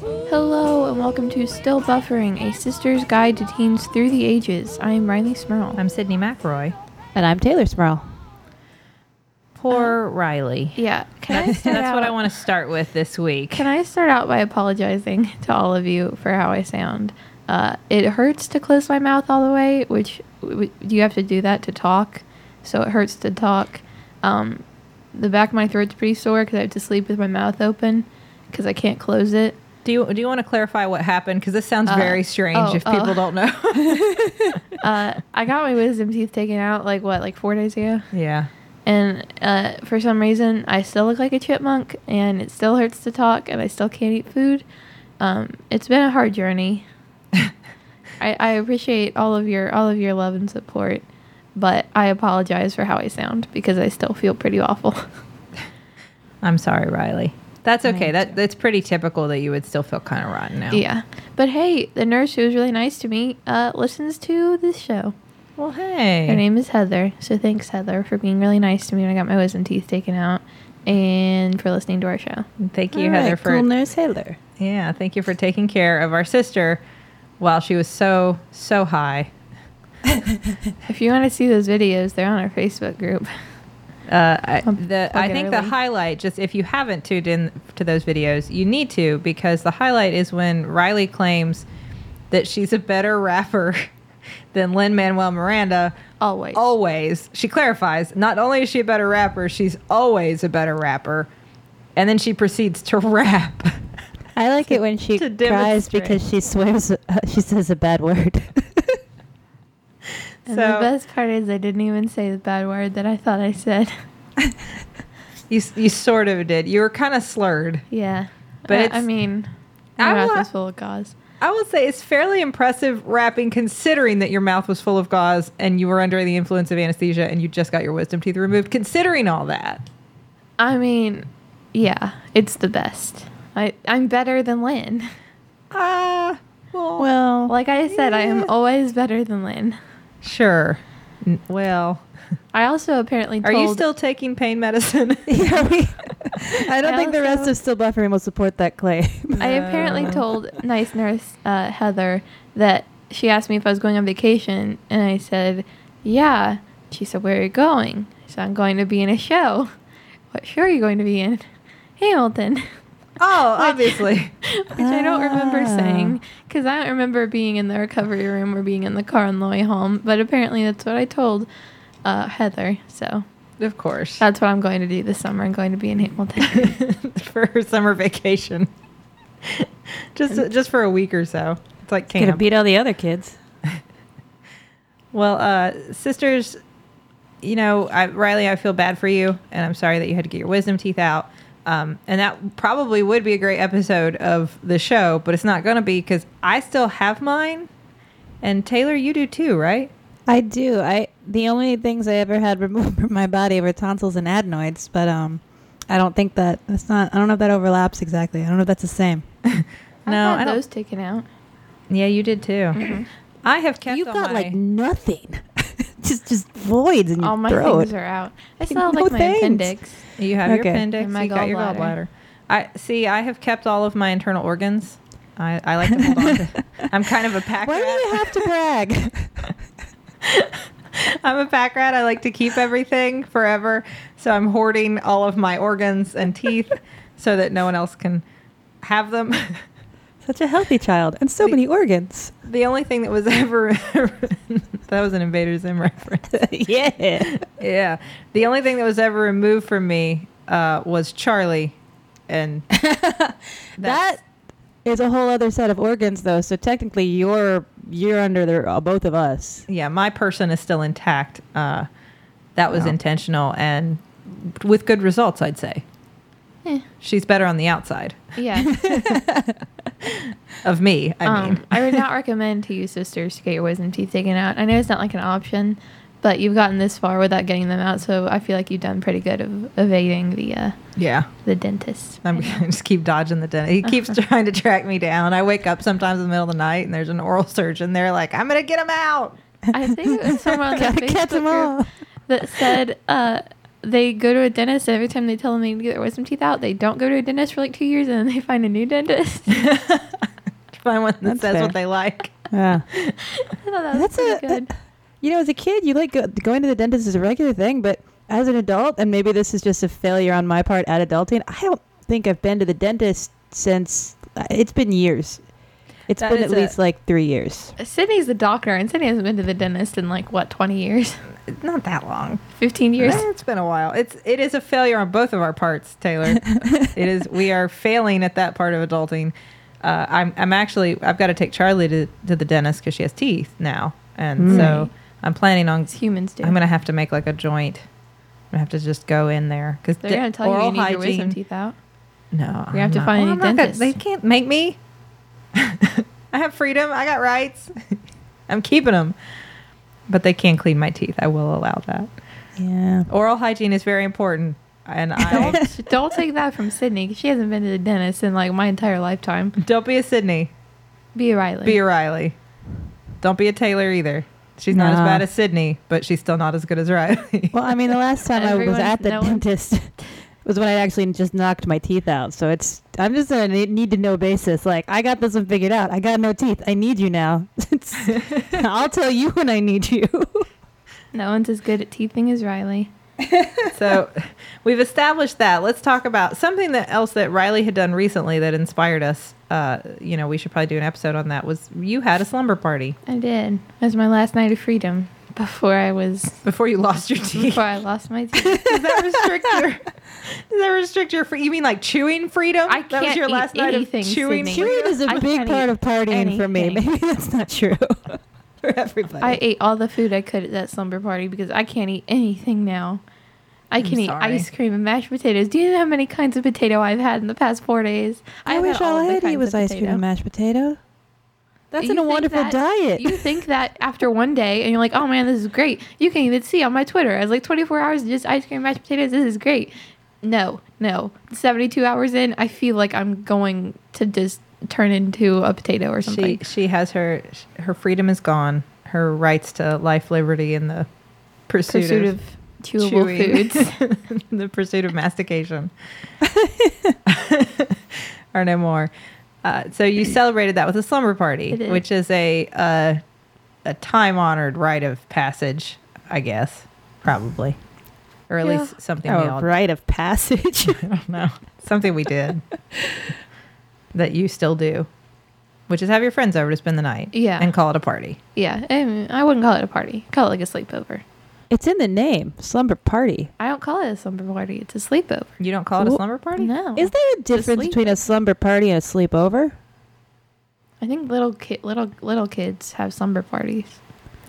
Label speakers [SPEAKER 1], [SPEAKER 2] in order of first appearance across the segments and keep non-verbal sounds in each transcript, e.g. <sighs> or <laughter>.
[SPEAKER 1] Hello, and welcome to Still Buffering, a sister's guide to teens through the ages. I am Riley Smurl.
[SPEAKER 2] I'm Sydney McRoy.
[SPEAKER 3] And I'm Taylor Smurl.
[SPEAKER 2] Poor Riley.
[SPEAKER 1] yeah, can I
[SPEAKER 2] That's,
[SPEAKER 1] start
[SPEAKER 2] that's
[SPEAKER 1] out,
[SPEAKER 2] what I want to start with this week.
[SPEAKER 1] Can I start out by apologizing to all of you for how I sound? Uh, it hurts to close my mouth all the way, which w- w- you have to do that to talk, so it hurts to talk. Um, the back of my throat's pretty sore because I have to sleep with my mouth open because I can't close it.
[SPEAKER 2] do you do you want to clarify what happened? Because this sounds
[SPEAKER 1] Uh,
[SPEAKER 2] very strange
[SPEAKER 1] oh,
[SPEAKER 2] if
[SPEAKER 1] oh.
[SPEAKER 2] people don't know.
[SPEAKER 3] <laughs>
[SPEAKER 1] Uh, I got my wisdom teeth taken out like what, like four days ago?
[SPEAKER 2] yeah.
[SPEAKER 1] and uh, for some reason i still look like a chipmunk and it still hurts to talk and i still can't eat food um, it's been a hard journey I, I appreciate all of your all of your love and support but i apologize for how i sound because i still feel pretty awful
[SPEAKER 2] I'm sorry, Riley. That's
[SPEAKER 3] Me
[SPEAKER 2] okay. That
[SPEAKER 3] too.
[SPEAKER 2] that's pretty typical that you would still feel kind of rotten
[SPEAKER 1] <laughs>
[SPEAKER 2] now.
[SPEAKER 1] yeah but hey the nurse who was really nice to me uh, listens to this show
[SPEAKER 2] Well, hey.
[SPEAKER 1] Her name is Heather. So thanks, Heather, for being really nice to me when I got my wisdom teeth taken out and for listening to our show.
[SPEAKER 2] Thank you, Heather, for
[SPEAKER 3] cool nurse Heather.
[SPEAKER 2] yeah. Thank you for taking care of our sister while she was so so high.
[SPEAKER 1] If you want to see those videos, they're on our Facebook group. <laughs>
[SPEAKER 2] Uh, I,
[SPEAKER 1] Um,
[SPEAKER 2] the, I
[SPEAKER 1] okay,
[SPEAKER 2] think the
[SPEAKER 1] really?
[SPEAKER 2] highlight, just if you haven't tuned in to those videos, you need to because the highlight is when Riley claims that she's a better rapper <laughs> than Lin Manuel Miranda.
[SPEAKER 1] Always.
[SPEAKER 2] Always. She clarifies not only is she a better rapper, she's always a better rapper. And then she proceeds to <laughs> rap.
[SPEAKER 3] I like it when she
[SPEAKER 2] To
[SPEAKER 3] cries
[SPEAKER 2] demonstrate.
[SPEAKER 3] because she swears. Uh, she says a bad word.
[SPEAKER 1] <laughs>
[SPEAKER 3] <laughs>
[SPEAKER 1] And the
[SPEAKER 2] so-
[SPEAKER 1] best part is I didn't even say the bad word that I thought I said. <laughs>
[SPEAKER 2] <laughs> you, s- you sort of did. You were kind of slurred.
[SPEAKER 1] yeah.
[SPEAKER 2] But
[SPEAKER 1] Uh, I
[SPEAKER 2] it's-
[SPEAKER 1] mean,
[SPEAKER 2] I
[SPEAKER 1] my mouth
[SPEAKER 2] wa-
[SPEAKER 1] was full of gauze.
[SPEAKER 2] I will say it's fairly impressive rapping considering that your mouth was full of gauze and you were under the influence of anesthesia and you just got your wisdom teeth removed, considering all that.
[SPEAKER 1] I mean, yeah, it's the best. I, I'm better than Lynn.
[SPEAKER 2] Ah, well,
[SPEAKER 3] well,
[SPEAKER 1] Like I said, I am
[SPEAKER 2] Yeah.
[SPEAKER 1] always better than Lynn.
[SPEAKER 2] sure. N- Well,
[SPEAKER 1] I also apparently
[SPEAKER 2] are
[SPEAKER 1] told.
[SPEAKER 2] you still taking pain medicine?
[SPEAKER 3] <laughs> yeah,
[SPEAKER 1] <laughs>
[SPEAKER 2] <laughs>
[SPEAKER 3] we, I don't
[SPEAKER 1] I
[SPEAKER 3] think the rest
[SPEAKER 1] also-
[SPEAKER 3] of Still Buffering will support that claim.
[SPEAKER 1] <laughs> I
[SPEAKER 2] <laughs>
[SPEAKER 1] apparently
[SPEAKER 3] Uh.
[SPEAKER 1] told nice nurse uh, Heather that she asked me if I was going on vacation, and I said, "Yeah." She said, "Where are you going?" I said, "I'm going to be in a show." What show are you going to be in? Hamilton. <laughs>
[SPEAKER 2] oh,
[SPEAKER 3] <laughs>
[SPEAKER 2] obviously.
[SPEAKER 1] Which I don't remember
[SPEAKER 3] Ah.
[SPEAKER 1] saying because I don't remember being in the recovery room or being in the car on the way home. But apparently, that's what I told uh, Heather. So
[SPEAKER 2] Of course.
[SPEAKER 1] that's what I'm going to do this summer. I'm going to be in Hamilton.
[SPEAKER 2] <laughs> for her summer vacation. <laughs> just just for a week or so. It's like
[SPEAKER 3] Gonna
[SPEAKER 2] camp.
[SPEAKER 3] beat all the other kids.
[SPEAKER 2] Well, uh, sisters, you know, I, Riley, I feel bad for you, and I'm sorry that you had to get your wisdom teeth out. Um, and that probably would be a great episode of the show, but it's not going to be because I still have mine, and Taylor, you do too, right?
[SPEAKER 3] I do. I the only things I ever had <laughs> removed from my body were tonsils and adenoids, but um, I don't think that that's not. I don't know if that overlaps exactly. I don't know if that's the same.
[SPEAKER 2] <laughs> No,
[SPEAKER 1] I
[SPEAKER 2] I
[SPEAKER 1] had
[SPEAKER 2] don't-
[SPEAKER 1] those taken out.
[SPEAKER 2] Yeah, you did too. I have kept.
[SPEAKER 3] Mm-hmm. You've
[SPEAKER 2] all
[SPEAKER 3] got
[SPEAKER 2] my-
[SPEAKER 3] like nothing. <laughs> just just voids in your
[SPEAKER 1] All my
[SPEAKER 3] throat.
[SPEAKER 1] things are
[SPEAKER 3] <laughs>
[SPEAKER 1] out. I still have
[SPEAKER 3] No
[SPEAKER 1] like my
[SPEAKER 3] thanks.
[SPEAKER 1] appendix.
[SPEAKER 2] You have your
[SPEAKER 3] Okay.
[SPEAKER 2] appendix.
[SPEAKER 1] And my
[SPEAKER 2] you got your
[SPEAKER 1] gallbladder.
[SPEAKER 2] gallbladder. I see. I have kept all of my internal organs. I, I like to hold on. To, I'm kind of a pack
[SPEAKER 3] Why do
[SPEAKER 2] rat.
[SPEAKER 3] you have to
[SPEAKER 1] <laughs>
[SPEAKER 3] brag?
[SPEAKER 2] I'm a pack rat. I like to keep everything forever. So I'm hoarding all of my organs and teeth so that no one else can have them. <laughs>
[SPEAKER 3] Such a healthy child and so many organs. <laughs>
[SPEAKER 2] The only thing that was ever <laughs> that was an Invader Zim reference.
[SPEAKER 3] yeah.
[SPEAKER 2] Yeah. The only thing that was ever removed from me uh, was Charlie, and
[SPEAKER 3] That is a whole other set of organs though, so technically you're you're under the uh, both of us.
[SPEAKER 2] yeah, my person is still intact. Uh, that was
[SPEAKER 3] Wow.
[SPEAKER 2] intentional and with good results, I'd say.
[SPEAKER 3] <laughs>
[SPEAKER 1] Eh.
[SPEAKER 2] She's better on the outside
[SPEAKER 1] Yeah.
[SPEAKER 2] of me. I
[SPEAKER 1] um,
[SPEAKER 2] mean,
[SPEAKER 1] I would
[SPEAKER 2] <laughs>
[SPEAKER 3] <laughs>
[SPEAKER 1] not recommend to you sisters to get your wisdom teeth taken out. I know it's not like an option, but you've gotten this far without getting them out, so I feel like you've done pretty good of evading the uh,
[SPEAKER 2] yeah.
[SPEAKER 1] the dentist.
[SPEAKER 2] I'm gonna <laughs> just keep dodging the dentist. He <laughs> keeps trying to track me down. I wake up sometimes in the middle of the night and there's an oral surgeon there, like, I'm gonna get him out.
[SPEAKER 3] <laughs>
[SPEAKER 1] I think it was someone on the
[SPEAKER 3] Gotta
[SPEAKER 1] Facebook
[SPEAKER 3] catch 'em
[SPEAKER 1] group
[SPEAKER 3] all.
[SPEAKER 1] that said uh, they go to a dentist every time they tell them they need to get their wisdom teeth out. They don't go to a dentist for like two years and then they find a new dentist. <laughs> I
[SPEAKER 2] Find one that
[SPEAKER 3] That's
[SPEAKER 2] says
[SPEAKER 3] fair.
[SPEAKER 2] what they like.
[SPEAKER 3] Yeah.
[SPEAKER 1] thought that was
[SPEAKER 3] That's
[SPEAKER 1] pretty
[SPEAKER 3] a-
[SPEAKER 1] good.
[SPEAKER 3] You know, as a kid, you like go, going to the dentist is a regular thing, but as an adult, and maybe this is just a failure on my part at adulting, I don't think I've been to the dentist since uh, it's been years. It's
[SPEAKER 2] That
[SPEAKER 3] been at
[SPEAKER 2] is a-
[SPEAKER 3] least like three years.
[SPEAKER 1] Sydney's the doctor, and Sydney hasn't been to the dentist in like what twenty years,
[SPEAKER 2] <laughs> Not that long.
[SPEAKER 1] fifteen years.
[SPEAKER 2] Eh, it's been a while. It's it is a failure on both of our parts, <laughs> Taylor. it is we are failing at that part of adulting. Uh, I'm I'm actually I've got to take Charlie to, to the dentist because she has teeth now, and
[SPEAKER 1] Right.
[SPEAKER 2] so I'm planning on
[SPEAKER 1] It's humans do.
[SPEAKER 2] I'm gonna have to make like a joint. I have to just go in there because
[SPEAKER 1] They're gonna tell you you need your wisdom teeth
[SPEAKER 3] <laughs>
[SPEAKER 1] out.
[SPEAKER 2] No,
[SPEAKER 1] You're gonna have to find a
[SPEAKER 2] I'm not gonna-
[SPEAKER 1] dentist.
[SPEAKER 2] they can't make me. <laughs> I have freedom. I got rights. <laughs> I'm keeping them, but they can clean my teeth. I will allow that.
[SPEAKER 3] Yeah.
[SPEAKER 2] Oral hygiene is very important, and
[SPEAKER 1] <laughs>
[SPEAKER 2] I
[SPEAKER 1] Don't don't take that from Sydney 'cause she hasn't been to the dentist in like my entire lifetime.
[SPEAKER 2] don't be a Sydney.
[SPEAKER 1] Be a Riley.
[SPEAKER 2] Be a Riley. Don't be a Taylor either. She's not as
[SPEAKER 3] No.
[SPEAKER 2] bad as Sydney, but she's still not as good
[SPEAKER 1] <laughs>
[SPEAKER 2] as Riley.
[SPEAKER 3] Well, I mean, the last time I was
[SPEAKER 1] Everyone-
[SPEAKER 3] at the
[SPEAKER 1] no one-
[SPEAKER 3] dentist <laughs> was when I actually just knocked my teeth out. So it's I'm just on a need need to know basis. Like I got this one figured out. I got no teeth. I need you now. <laughs>
[SPEAKER 1] <laughs>
[SPEAKER 3] It's- I'll tell you when I need <laughs> you.
[SPEAKER 1] no one's as good at teething as Riley.
[SPEAKER 2] so we've established that. Let's talk about something that else that Riley had done recently that inspired us. Uh, you know, we should probably do an episode on that. Was you had a slumber party
[SPEAKER 1] I did. It was my last night of freedom before I was
[SPEAKER 2] before you lost your teeth?
[SPEAKER 1] before I lost my
[SPEAKER 3] <laughs>
[SPEAKER 1] teeth.
[SPEAKER 2] Does that restrict your? Does <laughs> that restrict your? Free, you mean like chewing freedom?
[SPEAKER 1] I
[SPEAKER 2] that was
[SPEAKER 1] can't
[SPEAKER 2] your
[SPEAKER 1] eat
[SPEAKER 2] last night
[SPEAKER 1] anything,
[SPEAKER 2] of chewing.
[SPEAKER 1] Sydney.
[SPEAKER 3] Chewing is a
[SPEAKER 1] I
[SPEAKER 3] big
[SPEAKER 1] can't
[SPEAKER 3] part
[SPEAKER 1] eat
[SPEAKER 3] of partying for me.
[SPEAKER 1] anything.
[SPEAKER 3] Maybe that's not true
[SPEAKER 2] <laughs>
[SPEAKER 3] for everybody.
[SPEAKER 1] I ate all the food I could at that slumber party because I can't eat anything now. I can eat
[SPEAKER 2] sorry.
[SPEAKER 1] ice cream and mashed potatoes. Do you know how many kinds of potato I've had in the past four days?
[SPEAKER 3] I
[SPEAKER 1] I've had
[SPEAKER 3] wish all I
[SPEAKER 1] of the
[SPEAKER 3] had to eat
[SPEAKER 1] kinds
[SPEAKER 3] was
[SPEAKER 1] of
[SPEAKER 3] ice
[SPEAKER 1] potato.
[SPEAKER 3] cream and mashed potato. That's
[SPEAKER 1] You
[SPEAKER 3] in a
[SPEAKER 1] think
[SPEAKER 3] wonderful
[SPEAKER 1] that-
[SPEAKER 3] diet.
[SPEAKER 1] You
[SPEAKER 3] <laughs>
[SPEAKER 1] think that after one day, and you're like, "Oh man, this is great." You can even see on my Twitter, I was like, "24 hours of just ice cream, and mashed potatoes. This is great." No, no. 72 hours in, I feel like I'm going to just turn into a potato or
[SPEAKER 2] She
[SPEAKER 1] something.
[SPEAKER 2] she has her her freedom is gone. Her rights to life, liberty, and the pursuit,
[SPEAKER 1] Pursuit
[SPEAKER 2] of,
[SPEAKER 1] of chewable
[SPEAKER 2] chewing. <laughs>
[SPEAKER 1] foods. <laughs>
[SPEAKER 2] the pursuit of mastication <laughs> are no more. Uh, so you celebrated that with a slumber party,
[SPEAKER 1] I did.
[SPEAKER 2] which is a uh, a time honored rite of passage, I guess, probably, or at
[SPEAKER 1] Yeah.
[SPEAKER 2] least something we
[SPEAKER 3] oh,
[SPEAKER 2] all
[SPEAKER 3] rite of passage.
[SPEAKER 2] I don't know. <laughs> Something
[SPEAKER 1] <laughs>
[SPEAKER 2] we did that you still do, which is have your friends over to spend the night.
[SPEAKER 1] Yeah.
[SPEAKER 2] And call it a party.
[SPEAKER 1] yeah, I, mean, I wouldn't call it a party. Call it like a sleepover.
[SPEAKER 3] <laughs> it's in the name, slumber party.
[SPEAKER 1] I don't call it a slumber party. It's a sleepover.
[SPEAKER 2] You don't call it a
[SPEAKER 3] Wh-
[SPEAKER 2] slumber party?
[SPEAKER 1] No,
[SPEAKER 3] Is there a difference
[SPEAKER 1] Oh. sleep.
[SPEAKER 3] between a slumber party and a sleepover?
[SPEAKER 1] I think little kid, little little kids have slumber parties.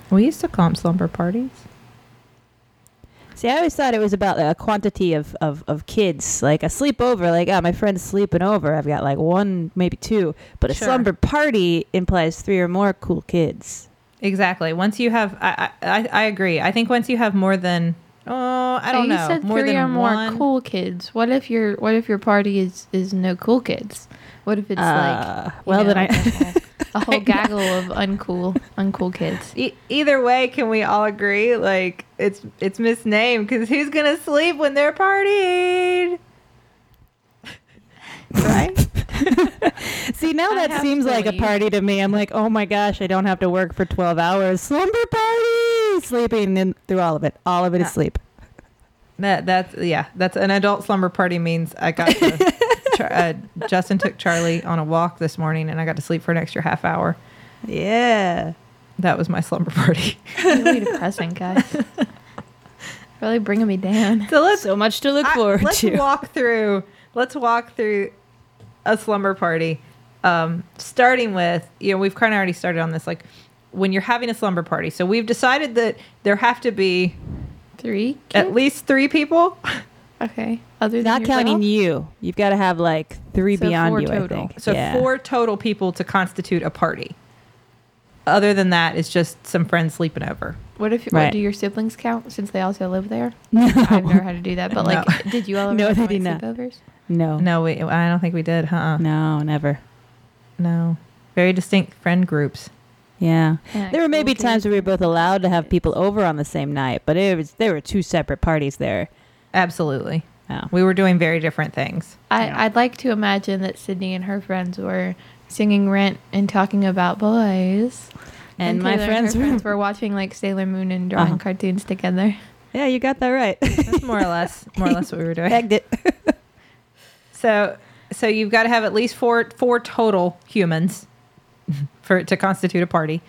[SPEAKER 2] We used to call them slumber parties.
[SPEAKER 3] See, I always thought it was about a quantity of, of, of kids, like a sleepover, like, oh, my friend's sleeping over. I've got like one, maybe two. But a
[SPEAKER 2] Sure.
[SPEAKER 3] slumber party implies three or more cool kids.
[SPEAKER 2] Exactly. Once you have, I, I, I- I agree. I think once you have more than, oh, I don't
[SPEAKER 1] you
[SPEAKER 2] know,
[SPEAKER 1] said
[SPEAKER 2] more
[SPEAKER 1] three
[SPEAKER 2] than
[SPEAKER 1] or more
[SPEAKER 2] one.
[SPEAKER 1] cool kids. What if your What if your party is is no cool kids? What if it's
[SPEAKER 3] Uh,
[SPEAKER 1] like you
[SPEAKER 3] well, then
[SPEAKER 1] a
[SPEAKER 3] I-
[SPEAKER 1] whole,
[SPEAKER 3] <laughs>
[SPEAKER 1] a whole gaggle of uncool uncool kids?
[SPEAKER 2] E- either way, can we all agree? Like it's it's misnamed because who's gonna sleep when
[SPEAKER 1] <laughs>
[SPEAKER 2] they're partying? right?
[SPEAKER 3] <laughs> See, now
[SPEAKER 1] I
[SPEAKER 3] that
[SPEAKER 1] have
[SPEAKER 3] seems
[SPEAKER 1] to
[SPEAKER 3] like a
[SPEAKER 1] leave.
[SPEAKER 3] party to me. I'm like, oh my gosh, I don't have to work for 12 hours. Slumber party! Sleeping in, through all of it. All of it is
[SPEAKER 2] Yeah.
[SPEAKER 3] sleep.
[SPEAKER 2] That that's yeah. That's an adult slumber party means I got to,
[SPEAKER 1] <laughs>
[SPEAKER 2] Char, uh, Justin took Charlie on a walk this morning and I got to sleep for an extra half hour.
[SPEAKER 3] Yeah.
[SPEAKER 2] That was my slumber <laughs> party.
[SPEAKER 1] really depressing, guys.
[SPEAKER 3] <laughs>
[SPEAKER 1] Really bringing me down.
[SPEAKER 2] So let's
[SPEAKER 3] So much to look
[SPEAKER 2] I-
[SPEAKER 3] forward
[SPEAKER 2] let's <laughs>
[SPEAKER 3] to. <laughs>
[SPEAKER 2] walk through. Let's walk through a slumber party. Um, starting with you know we've kind of already started on this like when you're having a slumber party. So we've decided that there have to be
[SPEAKER 1] Three. Kids?
[SPEAKER 2] at least three people. <laughs>
[SPEAKER 1] okay. Other than
[SPEAKER 3] Not counting
[SPEAKER 1] yourself?
[SPEAKER 3] you. You've got to have like three
[SPEAKER 1] So
[SPEAKER 3] beyond
[SPEAKER 1] four
[SPEAKER 3] you, I
[SPEAKER 1] total.
[SPEAKER 3] think.
[SPEAKER 2] So
[SPEAKER 3] Yeah.
[SPEAKER 2] four total people to constitute a party. Other than that, it's just some friends sleeping over.
[SPEAKER 1] What if
[SPEAKER 3] Right.
[SPEAKER 1] what, do your siblings count since they also live
[SPEAKER 3] <laughs>
[SPEAKER 1] there?
[SPEAKER 3] No.
[SPEAKER 1] I've never had to do that, but like,
[SPEAKER 2] No.
[SPEAKER 1] did you all ever
[SPEAKER 3] <laughs> No,
[SPEAKER 1] have
[SPEAKER 3] they
[SPEAKER 1] night
[SPEAKER 3] did not.
[SPEAKER 1] sleepovers?
[SPEAKER 3] No.
[SPEAKER 2] No, we, I don't think we did, huh?
[SPEAKER 3] Oh. No, never.
[SPEAKER 2] No. Very distinct friend groups.
[SPEAKER 3] Yeah.
[SPEAKER 1] Yeah,
[SPEAKER 3] There were maybe
[SPEAKER 1] cool
[SPEAKER 3] times where we were
[SPEAKER 1] kids.
[SPEAKER 3] both allowed to have people over on the same night, but it was there were two separate parties there.
[SPEAKER 2] Absolutely.
[SPEAKER 3] Yeah.
[SPEAKER 2] We were doing very different things.
[SPEAKER 1] I,
[SPEAKER 3] Yeah.
[SPEAKER 1] I'd like to imagine that Sydney and her friends were singing Rent and talking about boys.
[SPEAKER 3] And my
[SPEAKER 1] Taylor
[SPEAKER 3] friends
[SPEAKER 1] her
[SPEAKER 3] were-
[SPEAKER 1] friends were watching like Sailor Moon and drawing
[SPEAKER 3] Uh-huh.
[SPEAKER 1] cartoons together.
[SPEAKER 3] <laughs> Yeah, you got that right.
[SPEAKER 2] That's more or less more or less what we were
[SPEAKER 3] <laughs>
[SPEAKER 2] doing.
[SPEAKER 3] Pegged it.
[SPEAKER 2] So so you've got to have at least four four total humans <laughs> for it to constitute a party.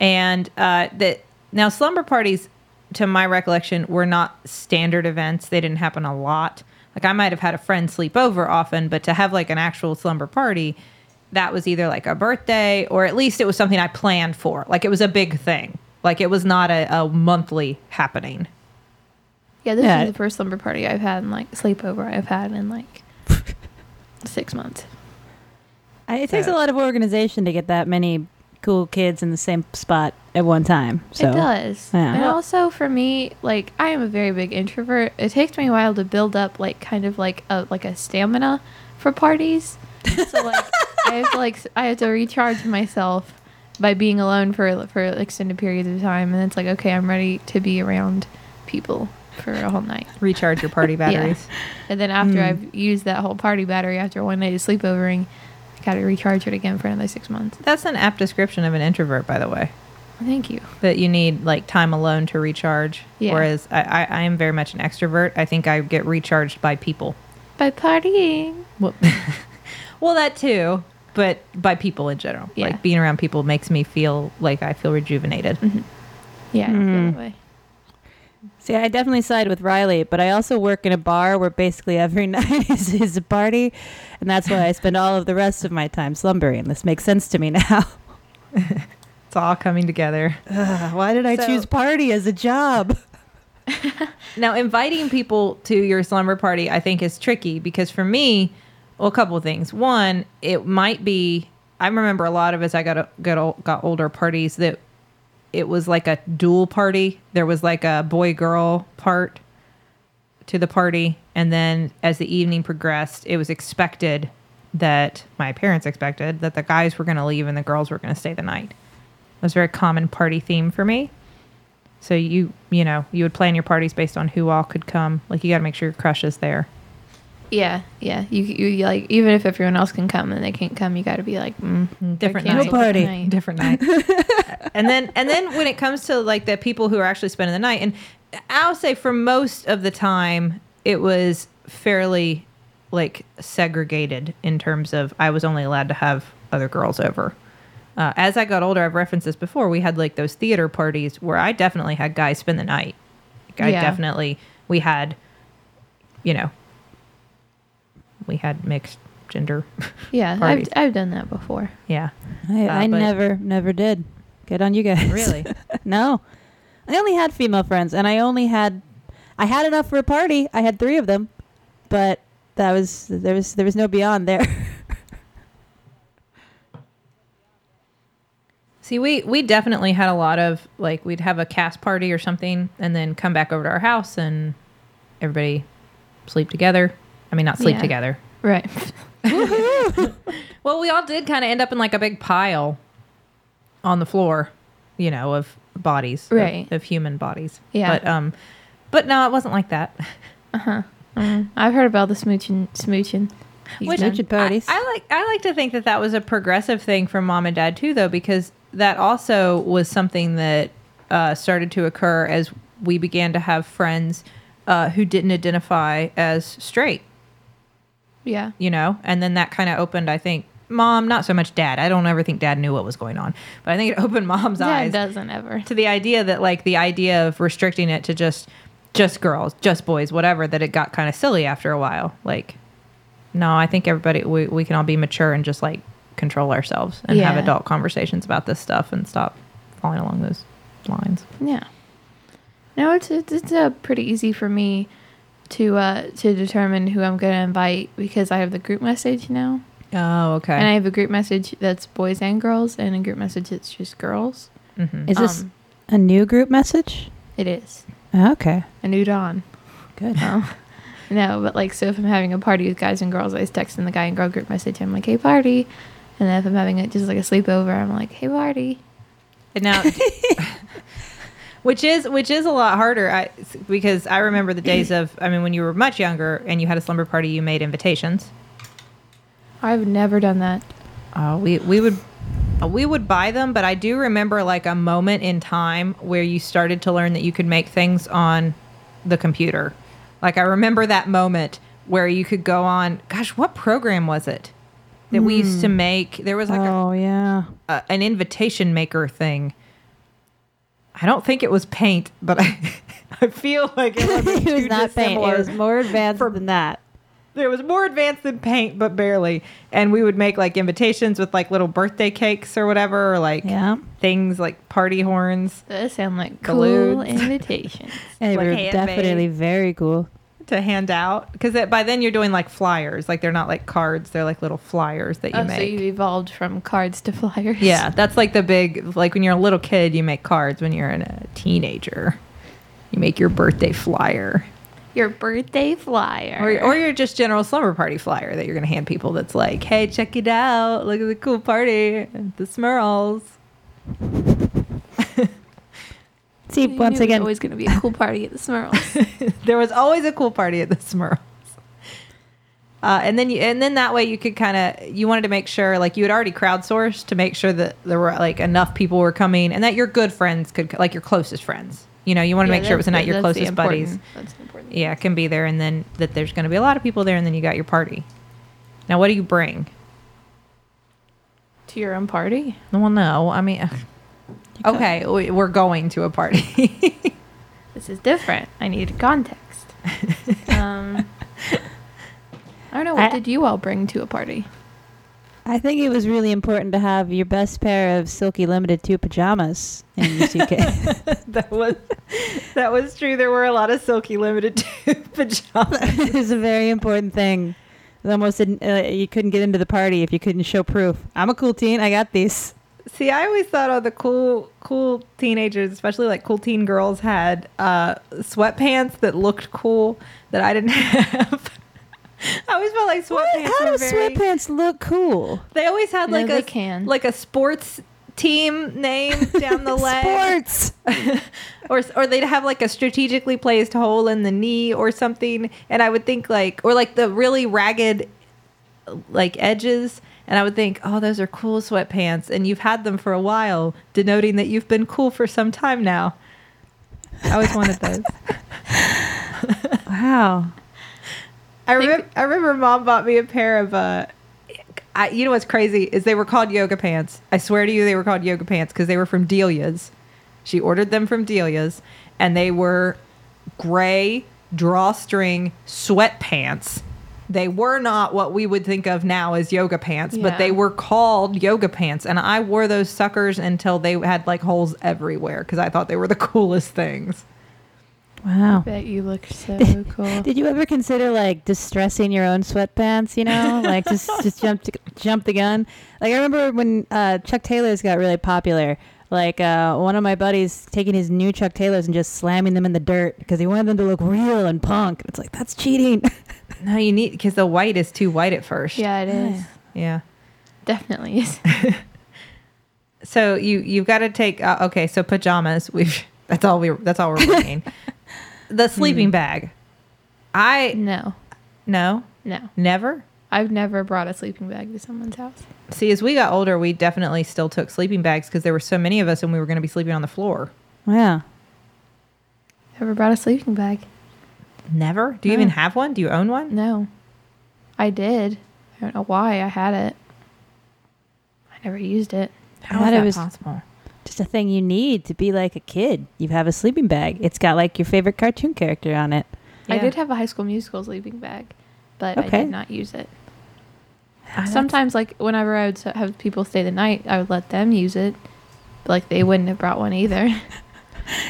[SPEAKER 2] And uh that now slumber parties to my recollection were not standard events. They didn't happen a lot. Like I might have had a friend sleep over often, but to have like an actual slumber party that was either like a birthday or at least it was something I planned for. Like it was a big thing. Like it was not a, a monthly happening.
[SPEAKER 1] Yeah, this
[SPEAKER 3] Yeah.
[SPEAKER 1] is the first slumber party I've had and like sleepover I've had in
[SPEAKER 3] <laughs>
[SPEAKER 1] like six months.
[SPEAKER 3] I, it takes
[SPEAKER 2] So-
[SPEAKER 3] a lot of organization to get that many cool kids in the same spot at one time. So
[SPEAKER 1] it does.
[SPEAKER 3] yeah.
[SPEAKER 1] And also for me, like I am a very big introvert. It takes me a while to build up like kind of like a like a stamina for parties. So
[SPEAKER 3] <laughs>
[SPEAKER 1] like I have to like s- I have to recharge myself by being alone for for extended periods of time and it's like okay, I'm ready to be around people for a whole night.
[SPEAKER 2] Recharge your party batteries.
[SPEAKER 1] And then after
[SPEAKER 3] Hmm.
[SPEAKER 1] I've used that whole party battery after one night of sleepovering, I got to recharge it again for another six months.
[SPEAKER 2] That's an apt description of an introvert, by the way.
[SPEAKER 1] Thank you.
[SPEAKER 2] That you need like time alone to recharge.
[SPEAKER 1] Yeah.
[SPEAKER 2] Whereas I, I, I am very much an extrovert. I think I get recharged by people.
[SPEAKER 1] By partying.
[SPEAKER 2] Well, <laughs> well that too, but by people in general.
[SPEAKER 1] Yeah.
[SPEAKER 2] Like being around people makes me feel like I feel rejuvenated.
[SPEAKER 1] Mm-hmm. Yeah, I feel
[SPEAKER 3] Hmm.
[SPEAKER 1] that way.
[SPEAKER 3] See, I definitely side with Riley, but I also work in a bar where basically every <laughs> night is, is a party, and that's why I spend all of the rest of my time slumbering. This makes sense to me now.
[SPEAKER 2] It's all coming together.
[SPEAKER 3] Uh, why did I
[SPEAKER 2] So-
[SPEAKER 3] choose party as a job?
[SPEAKER 2] Now, inviting people to your slumber party, I think, is tricky because for me, well, a couple of things. One, it might be. I remember a lot of as I got got ol- got older parties that it was like a dual party. There was like a boy girl part to the party, and then as the evening progressed, it was expected that my parents expected that the guys were going to leave and the girls were going to stay the night. It was a very common party theme for me. So you you know you would plan your parties based on who all could come. Like you got to make sure your crush is there.
[SPEAKER 1] Yeah, yeah. You, you you, like even if everyone else can come and they can't come, you got to be like mm,
[SPEAKER 2] Different
[SPEAKER 1] they're
[SPEAKER 2] night.
[SPEAKER 1] canceled
[SPEAKER 3] Party.
[SPEAKER 1] tonight.
[SPEAKER 2] Different night. and then and then when it comes to like the people who are actually spending the night, and I'll say for most of the time it was fairly like segregated in terms of I was only allowed to have other girls over. Uh, as I got older, I've referenced this before. We had like those theater parties where I definitely had guys spend the night. Like, I
[SPEAKER 1] Yeah.
[SPEAKER 2] definitely we had, you know, we had mixed gender. <laughs>
[SPEAKER 1] Yeah,
[SPEAKER 2] Parties.
[SPEAKER 1] I've I've done that before.
[SPEAKER 2] yeah,
[SPEAKER 3] I,
[SPEAKER 2] Uh,
[SPEAKER 3] I
[SPEAKER 2] but-
[SPEAKER 3] never, never did. Good on you guys.
[SPEAKER 2] really.
[SPEAKER 3] <laughs> no, I only had female friends, and I only had, I had enough for a party. I had three of them, but that was there was there was no beyond there.
[SPEAKER 2] See, we we definitely had a lot of like we'd have a cast party or something, and then come back over to our house and everybody sleep together. I mean, not sleep
[SPEAKER 1] Yeah.
[SPEAKER 2] together.
[SPEAKER 1] Right. <laughs>
[SPEAKER 2] Well, we all did kind of end up in like a big pile on the floor, you know, of bodies, of-
[SPEAKER 1] Right.
[SPEAKER 2] of, human bodies.
[SPEAKER 1] Yeah.
[SPEAKER 2] but um, but no, it wasn't like that.
[SPEAKER 1] Mm, I've heard about the smooching smooching. He's
[SPEAKER 2] Which-
[SPEAKER 1] done.
[SPEAKER 3] Snooching <laughs> parties.
[SPEAKER 2] I, I like I like to think that that was a progressive thing from mom and dad too, though, because that also was something that uh, started to occur as we began to have friends uh, who didn't identify as straight,
[SPEAKER 1] yeah.
[SPEAKER 2] you know, and then that kind of opened, I think, mom, not so much dad. I don't ever think dad knew what was going on, but I think it opened mom's
[SPEAKER 1] Dad
[SPEAKER 2] eyes
[SPEAKER 1] doesn't ever.
[SPEAKER 2] to the idea that like the idea of restricting it to just just girls, just boys, whatever, that it got kind of silly after a while. Like, no, I think everybody we, we can all be mature and just like control ourselves and have
[SPEAKER 1] Yeah.
[SPEAKER 2] adult conversations about this stuff and stop falling along those lines.
[SPEAKER 1] Yeah. No, it's it's, it's uh, pretty easy for me to uh, to determine who I'm gonna invite because I have the group message now,
[SPEAKER 2] Oh, okay.
[SPEAKER 1] and I have a group message that's boys and girls, and a group message that's just girls.
[SPEAKER 2] mm-hmm.
[SPEAKER 3] Is this
[SPEAKER 1] Um,
[SPEAKER 3] a new group message?
[SPEAKER 1] It is
[SPEAKER 3] Okay,
[SPEAKER 1] a new dawn.
[SPEAKER 3] good.
[SPEAKER 1] Oh. no, but like so if I'm having a party with guys and girls, I just text in the guy and girl group message. I'm like, hey party, and <laughs> then if I'm having it just like a sleepover, I'm like, hey party.
[SPEAKER 2] And now, which is which is a lot harder I, because I remember <clears throat> the days of I mean when you were much younger and you had a slumber party you made invitations.
[SPEAKER 1] I've never done that.
[SPEAKER 2] Oh, we we would uh, we would buy them, but I do remember like a moment in time where you started to learn that you could make things on the computer. Like I remember that moment where you could go on. Gosh, what program was it that we used to make? There was like a
[SPEAKER 3] Hmm. oh yeah.
[SPEAKER 2] a, an invitation maker thing. I don't think it was paint, but <laughs> I, I feel like it wasn't
[SPEAKER 3] <laughs> it was
[SPEAKER 2] too
[SPEAKER 3] not paint.
[SPEAKER 2] dissimilar.
[SPEAKER 3] It was more advanced
[SPEAKER 2] from-
[SPEAKER 3] than that.
[SPEAKER 2] There was more advanced than paint, but barely. And we would make like invitations with like little birthday cakes or whatever, or like
[SPEAKER 3] Yeah.
[SPEAKER 2] things like party horns
[SPEAKER 1] That does sound like cool
[SPEAKER 2] Balloons. <laughs>
[SPEAKER 1] invitations.
[SPEAKER 3] And
[SPEAKER 2] Like
[SPEAKER 3] they were
[SPEAKER 2] handmade.
[SPEAKER 3] definitely very cool.
[SPEAKER 2] to hand out. Because by then you're doing like flyers, like they're not like cards; they're like little flyers that you
[SPEAKER 1] oh,
[SPEAKER 2] make.
[SPEAKER 1] so you've evolved from cards to flyers.
[SPEAKER 2] Yeah, that's like the big like when you're a little kid, you make cards. When you're in a teenager, you make your birthday flyer.
[SPEAKER 1] <laughs> Your birthday flyer.
[SPEAKER 2] Or, or you're just general slumber party flyer that you're going to hand people that's like, hey, check it out. Look at the cool party. The Smurls.
[SPEAKER 3] See,
[SPEAKER 1] You
[SPEAKER 3] once
[SPEAKER 1] knew it was
[SPEAKER 3] again,
[SPEAKER 1] always going to be a cool party at the
[SPEAKER 2] <laughs>
[SPEAKER 1] Smurls.
[SPEAKER 2] there was always a cool party at the <laughs> Smurls. Uh, and then you, and then that way you could kind of you wanted to make sure like you had already crowdsourced to make sure that there were like enough people were coming and that your good friends could like your closest friends you know you want to make sure it was not your closest buddies
[SPEAKER 1] That's important.
[SPEAKER 2] yeah can be there and then that there's going to be a lot of people there and then you got your party now what do you bring
[SPEAKER 1] To your own party.
[SPEAKER 2] Well, no, I mean, okay, we- we're going to a party.
[SPEAKER 1] This is different. I need
[SPEAKER 3] <laughs>
[SPEAKER 1] context. um, I don't know. What
[SPEAKER 3] I-
[SPEAKER 1] did you all bring to a party?
[SPEAKER 3] I think it was really important to have your best pair of silky limited two pajamas in your suitcase.
[SPEAKER 2] <laughs> that was that was true. There were a lot of silky limited <laughs> pajamas.
[SPEAKER 3] <laughs> it was a very important thing. It almost didn't, uh, you couldn't get into the party if you couldn't show proof. I'm a cool teen. I
[SPEAKER 2] <laughs>
[SPEAKER 3] got these.
[SPEAKER 2] See, I always thought all the cool cool teenagers, especially like cool teen girls, had uh, sweatpants that looked cool that I didn't <laughs> have. I always felt like sweatpants.
[SPEAKER 3] How
[SPEAKER 2] were
[SPEAKER 3] do
[SPEAKER 2] very-
[SPEAKER 3] sweatpants look cool?
[SPEAKER 2] They always had
[SPEAKER 1] No,
[SPEAKER 2] like
[SPEAKER 1] they
[SPEAKER 2] a
[SPEAKER 1] can.
[SPEAKER 2] like a sports team name down
[SPEAKER 3] <laughs>
[SPEAKER 2] the leg. <laughs>
[SPEAKER 3] Sports.
[SPEAKER 2] or or they'd have like a strategically placed hole in the knee or something and i would think like or like the really ragged like edges and i would think oh those are cool sweatpants and you've had them for a while denoting that you've been cool for some time now i always wanted those
[SPEAKER 3] Wow.
[SPEAKER 2] I remember, I remember mom bought me a pair of uh I, you know what's crazy is they were called yoga pants. I swear to you they were called yoga pants because they were from Delia's. She ordered them from Delia's and they were gray drawstring sweatpants. They were not what we would think of now as yoga pants,
[SPEAKER 1] Yeah.
[SPEAKER 2] but they were called yoga pants and I wore those suckers until they had like holes everywhere cuz I thought they were the <laughs> coolest things.
[SPEAKER 3] Wow.
[SPEAKER 1] Bet you look so cool.
[SPEAKER 3] <laughs> Did you ever consider like distressing your own sweatpants? You
[SPEAKER 2] <laughs>
[SPEAKER 3] know, like just just jump to, jump the gun. Like I remember when uh, Chuck Taylors got really popular. Like uh, one of my buddies taking his new Chuck Taylors and just slamming them in the dirt because he wanted them to look real and punk. It's like that's cheating. <laughs>
[SPEAKER 2] No, you need cuz the white is too white at first.
[SPEAKER 1] yeah, it is.
[SPEAKER 2] Yeah.
[SPEAKER 1] Definitely <laughs> is.
[SPEAKER 2] <laughs> So you you've got to take uh, okay. So pajamas. We've <laughs> that's all we that's all we're bringing. the sleeping bag. I
[SPEAKER 1] No,
[SPEAKER 2] no
[SPEAKER 1] no.
[SPEAKER 2] never.
[SPEAKER 1] I've never brought a sleeping bag to someone's house.
[SPEAKER 2] See, as we got older, we definitely still took sleeping bags because there were so many of us, and we were going to be sleeping on the floor.
[SPEAKER 3] yeah.
[SPEAKER 1] Ever brought a sleeping bag?
[SPEAKER 2] Never. Do you
[SPEAKER 3] Oh.
[SPEAKER 2] even have one? Do you own one?
[SPEAKER 1] No. I did. I don't know why I had it. I never used it.
[SPEAKER 2] How
[SPEAKER 3] I
[SPEAKER 2] is
[SPEAKER 3] thought it
[SPEAKER 2] that
[SPEAKER 3] was-
[SPEAKER 2] possible?
[SPEAKER 3] Just a thing you need to be like a kid. You have a sleeping bag. It's got like your favorite cartoon character on it.
[SPEAKER 1] I
[SPEAKER 2] Yeah.
[SPEAKER 1] did have a high school musical sleeping bag, but I
[SPEAKER 3] Okay.
[SPEAKER 1] did not use it.
[SPEAKER 2] I don't-
[SPEAKER 1] Sometimes, like, whenever I would s- have people stay the night, I would let them use it. But, like, they wouldn't have brought one either.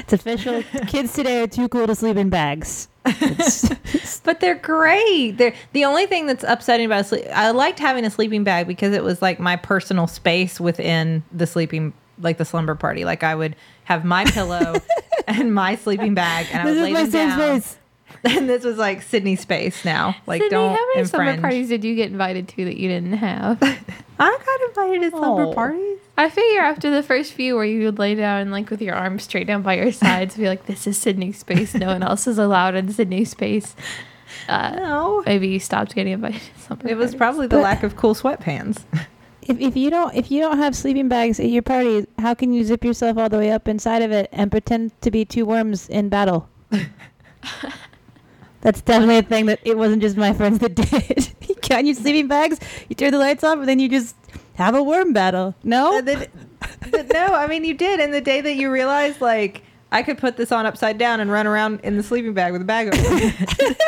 [SPEAKER 3] It's official. <laughs> Kids today are too cool to sleep in bags. It's-
[SPEAKER 2] But they're great. They're the only thing that's upsetting about a sleep. I liked having a sleeping bag because it was like my personal space within the sleeping, like the slumber party. Like I would have my
[SPEAKER 3] <laughs>
[SPEAKER 2] pillow and my sleeping bag, and I
[SPEAKER 3] this
[SPEAKER 2] would
[SPEAKER 3] is
[SPEAKER 2] lay
[SPEAKER 3] my
[SPEAKER 2] them
[SPEAKER 3] safe
[SPEAKER 2] down.
[SPEAKER 3] space.
[SPEAKER 2] <laughs> And this was like Sydney space now. <laughs> Like
[SPEAKER 1] Sydney,
[SPEAKER 2] don't
[SPEAKER 1] how many
[SPEAKER 2] infringe.
[SPEAKER 1] summer parties did you get invited to that you didn't have? <laughs>
[SPEAKER 2] I got invited to slumber
[SPEAKER 3] Oh.
[SPEAKER 2] parties.
[SPEAKER 1] I figure after the first few where you would lay down like with your arms straight down by your sides, be like, "This is Sydney space. No one else is allowed in Sydney space." Uh,
[SPEAKER 2] No,
[SPEAKER 1] maybe you stopped getting invited. To slumber
[SPEAKER 2] it was
[SPEAKER 1] parties.
[SPEAKER 2] probably the
[SPEAKER 3] But-
[SPEAKER 2] lack of cool sweatpants.
[SPEAKER 3] If, if you don't if you don't have sleeping bags at your party, how can you zip yourself all the way up inside of it and pretend to be two worms
[SPEAKER 2] <laughs>
[SPEAKER 3] in battle? That's definitely a thing that it wasn't just my friends that <laughs> did. you got your sleeping bags, you turn the lights off, and then you just have a worm battle. No,
[SPEAKER 2] And then- but no, I mean you did. And the day that you realized, like, I could put this on upside down and run around in the sleeping bag with a bag
[SPEAKER 3] <laughs>
[SPEAKER 2] over. it.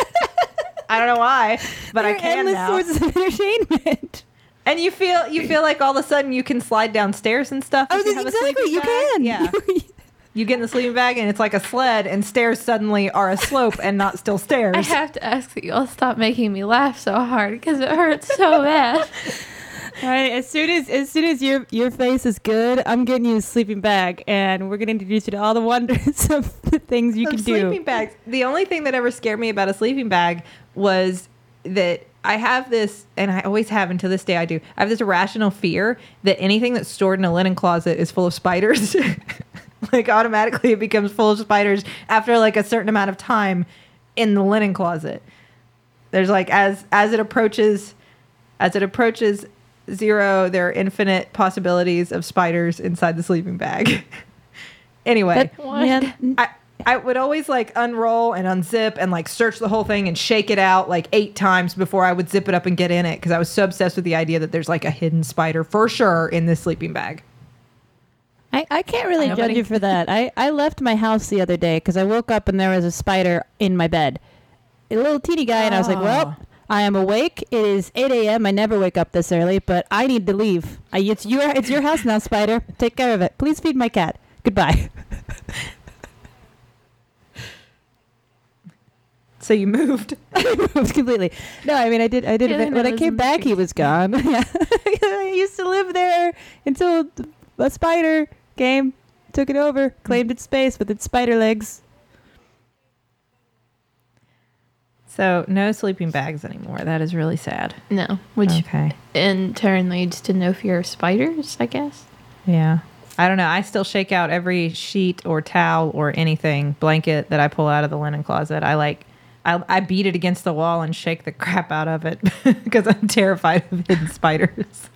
[SPEAKER 2] I don't know why, but I
[SPEAKER 3] There are
[SPEAKER 2] can
[SPEAKER 3] endless
[SPEAKER 2] now.
[SPEAKER 3] sources of <laughs> entertainment.
[SPEAKER 2] And you feel you feel like all of a sudden you can slide downstairs and stuff.
[SPEAKER 3] Oh,
[SPEAKER 2] if you
[SPEAKER 3] this-
[SPEAKER 2] have a
[SPEAKER 3] exactly.
[SPEAKER 2] sleeping
[SPEAKER 3] You
[SPEAKER 2] bag.
[SPEAKER 3] can.
[SPEAKER 2] Yeah.
[SPEAKER 3] <laughs>
[SPEAKER 2] You get in the sleeping bag and it's like a sled, and stairs suddenly are a slope and not
[SPEAKER 3] <laughs>
[SPEAKER 2] still stairs.
[SPEAKER 1] I have to ask that you all stop making me laugh so hard because it hurts so bad. <laughs>
[SPEAKER 3] Alright, as soon as as soon as your your face is good, I'm getting you a sleeping bag, and we're gonna introduce you to all the wonders <laughs> of the things you
[SPEAKER 2] Some
[SPEAKER 3] can
[SPEAKER 2] sleeping
[SPEAKER 3] do.
[SPEAKER 2] bags. The only thing that ever scared me about a sleeping bag was that I have this, and I always have until this day. I do. I have this irrational fear that anything that's stored in a linen closet is full of spiders. <laughs> like automatically, it becomes full of spiders after like a certain amount of time in the linen closet. There's like as as it approaches, as it approaches zero, there are infinite possibilities of spiders inside the sleeping bag. <laughs> anyway,
[SPEAKER 3] But,
[SPEAKER 1] What?
[SPEAKER 3] man,
[SPEAKER 2] I I would always like unroll and unzip and like search the whole thing and shake it out like eight times before I would zip it up and get in it because I was so obsessed with the idea that there's like a hidden spider for sure in this sleeping bag.
[SPEAKER 3] I, I can't really
[SPEAKER 1] Nobody-
[SPEAKER 3] judge you for that. I, I left my house the other day because I woke up and there was a spider in my bed. A little teeny guy, and I was like, well, I am awake. It is 8 a.m. I never wake up this early, but I need to leave. I, it's, your, it's your house now, spider. Take care of it. Please feed my cat. Goodbye.
[SPEAKER 2] So you <laughs> moved.
[SPEAKER 3] <laughs> completely. No, I mean, I did. I did.
[SPEAKER 1] Yeah,
[SPEAKER 3] but
[SPEAKER 1] then
[SPEAKER 3] when
[SPEAKER 1] it
[SPEAKER 3] I
[SPEAKER 1] was
[SPEAKER 3] came
[SPEAKER 1] in the
[SPEAKER 3] back, he
[SPEAKER 1] trees.
[SPEAKER 3] was gone. <laughs> Yeah. I used to live there until th- a spider came, took it over, claimed its space with its spider legs.
[SPEAKER 2] So no sleeping bags anymore. That is really sad.
[SPEAKER 1] No, which
[SPEAKER 2] okay.
[SPEAKER 1] in turn leads to no fear of spiders, I guess.
[SPEAKER 2] Yeah. I don't know. I still shake out every sheet or towel or anything blanket that I pull out of the linen closet. I like, I, I beat it against the wall and shake the <laughs> crap out of it because I'm terrified of hidden spiders.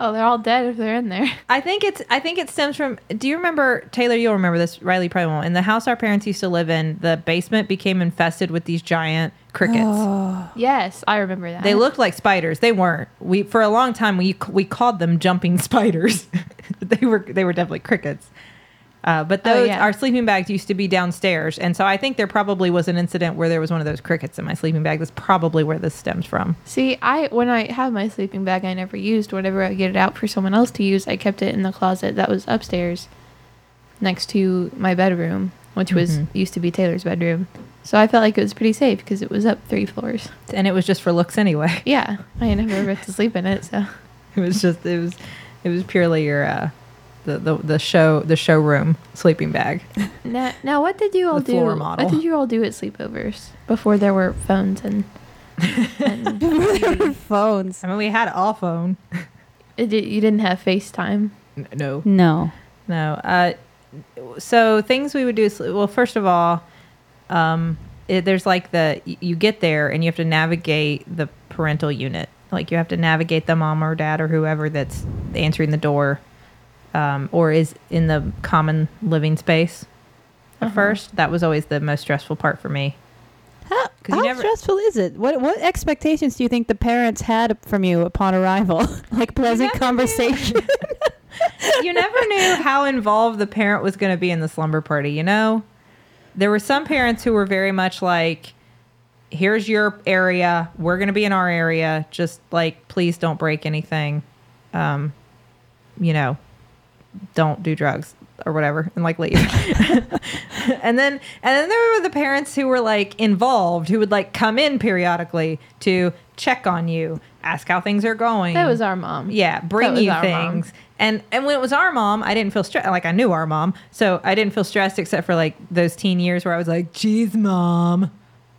[SPEAKER 1] Oh, they're all dead if they're in <sighs> there.
[SPEAKER 2] I think it's I think it stems from do you remember Taylor you'll remember this Riley probably won't in the house our parents used to live in the basement became infested with these giant crickets
[SPEAKER 1] Oh. Yes, I remember that.
[SPEAKER 2] they looked like spiders they weren't we for a long time we we called them jumping <laughs> spiders they were they were definitely crickets uh, but
[SPEAKER 1] Oh,
[SPEAKER 2] those
[SPEAKER 1] yeah.
[SPEAKER 2] our sleeping bags used to be downstairs and so I think there probably was an incident where there was one of those crickets in my sleeping bag that's probably where this stems from
[SPEAKER 1] See, I when I have my sleeping bag, I never used. Whenever I get it out for someone else to use, I kept it in the closet that was upstairs, next to my bedroom, which was used to be Taylor's bedroom. So I felt like it was pretty safe because it was up three floors. <laughs>
[SPEAKER 2] and it was just for looks anyway
[SPEAKER 1] Yeah, I never ever had to sleep in it. So
[SPEAKER 2] <laughs> It was just it was it was purely your uh the the, the show the showroom sleeping bag.
[SPEAKER 1] now, now what did you all
[SPEAKER 2] The
[SPEAKER 1] do?
[SPEAKER 2] floor model.
[SPEAKER 1] What did you all do at sleepovers before there were phones and?
[SPEAKER 3] Mm. <laughs>
[SPEAKER 1] and you,
[SPEAKER 3] Phones.
[SPEAKER 2] I mean we had all phone.
[SPEAKER 1] it did- you didn't have FaceTime.
[SPEAKER 2] N- No.
[SPEAKER 3] No.
[SPEAKER 2] No. Uh so things we would do is- well first of all um it, there's like the y- you get there and you have to navigate the parental unit. Like you have to navigate the mom or dad or whoever that's answering the door um or is in the common living space. At
[SPEAKER 1] Uh-huh.
[SPEAKER 2] first, that was always the most stressful part for me.
[SPEAKER 3] How,
[SPEAKER 2] 'Cause you
[SPEAKER 3] how
[SPEAKER 2] never-
[SPEAKER 3] stressful is it? What what expectations do you think the parents had from you upon arrival? <laughs> like pleasant
[SPEAKER 2] never knew.
[SPEAKER 3] conversation.
[SPEAKER 2] you never knew how involved the parent was going to be in the slumber party, you know? There were some parents who were very much like, here's your area. We're going to be in our area. Just like, please don't break anything. Um, you know, don't do drugs or whatever and like leave. <laughs> and then and then there were the parents who were like involved who would like come in periodically to check on you, ask how things are going.
[SPEAKER 1] That was our mom.
[SPEAKER 2] Yeah, bring
[SPEAKER 1] was
[SPEAKER 2] you
[SPEAKER 1] our mom.
[SPEAKER 2] things. And and when it was our mom, I didn't feel stressed. Like I knew our mom, so I didn't feel stressed except for like those teen years where I was like, "Geez, mom,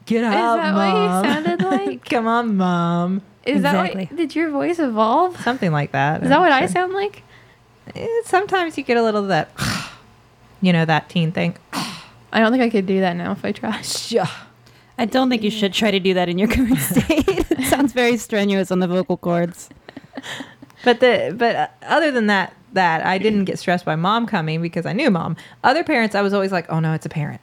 [SPEAKER 2] Get up,
[SPEAKER 1] that what you
[SPEAKER 2] mom.
[SPEAKER 1] sounded like? <laughs>
[SPEAKER 2] Come on, mom.
[SPEAKER 1] Is that
[SPEAKER 3] Exactly.
[SPEAKER 1] what? Did your voice evolve?
[SPEAKER 2] Something like that.
[SPEAKER 1] Is that what I sound like?
[SPEAKER 2] Eh, Sometimes you get a little of that, <sighs> you know, that teen thing.
[SPEAKER 1] I don't think I could do that now if I tried.
[SPEAKER 3] <laughs> I don't <laughs> think you should try to do that in your <laughs> current state. it sounds very strenuous on the vocal cords.
[SPEAKER 2] But the but uh, other than that, that I didn't get stressed by mom coming because I knew mom. Other parents, I was always like, oh no, it's a parent.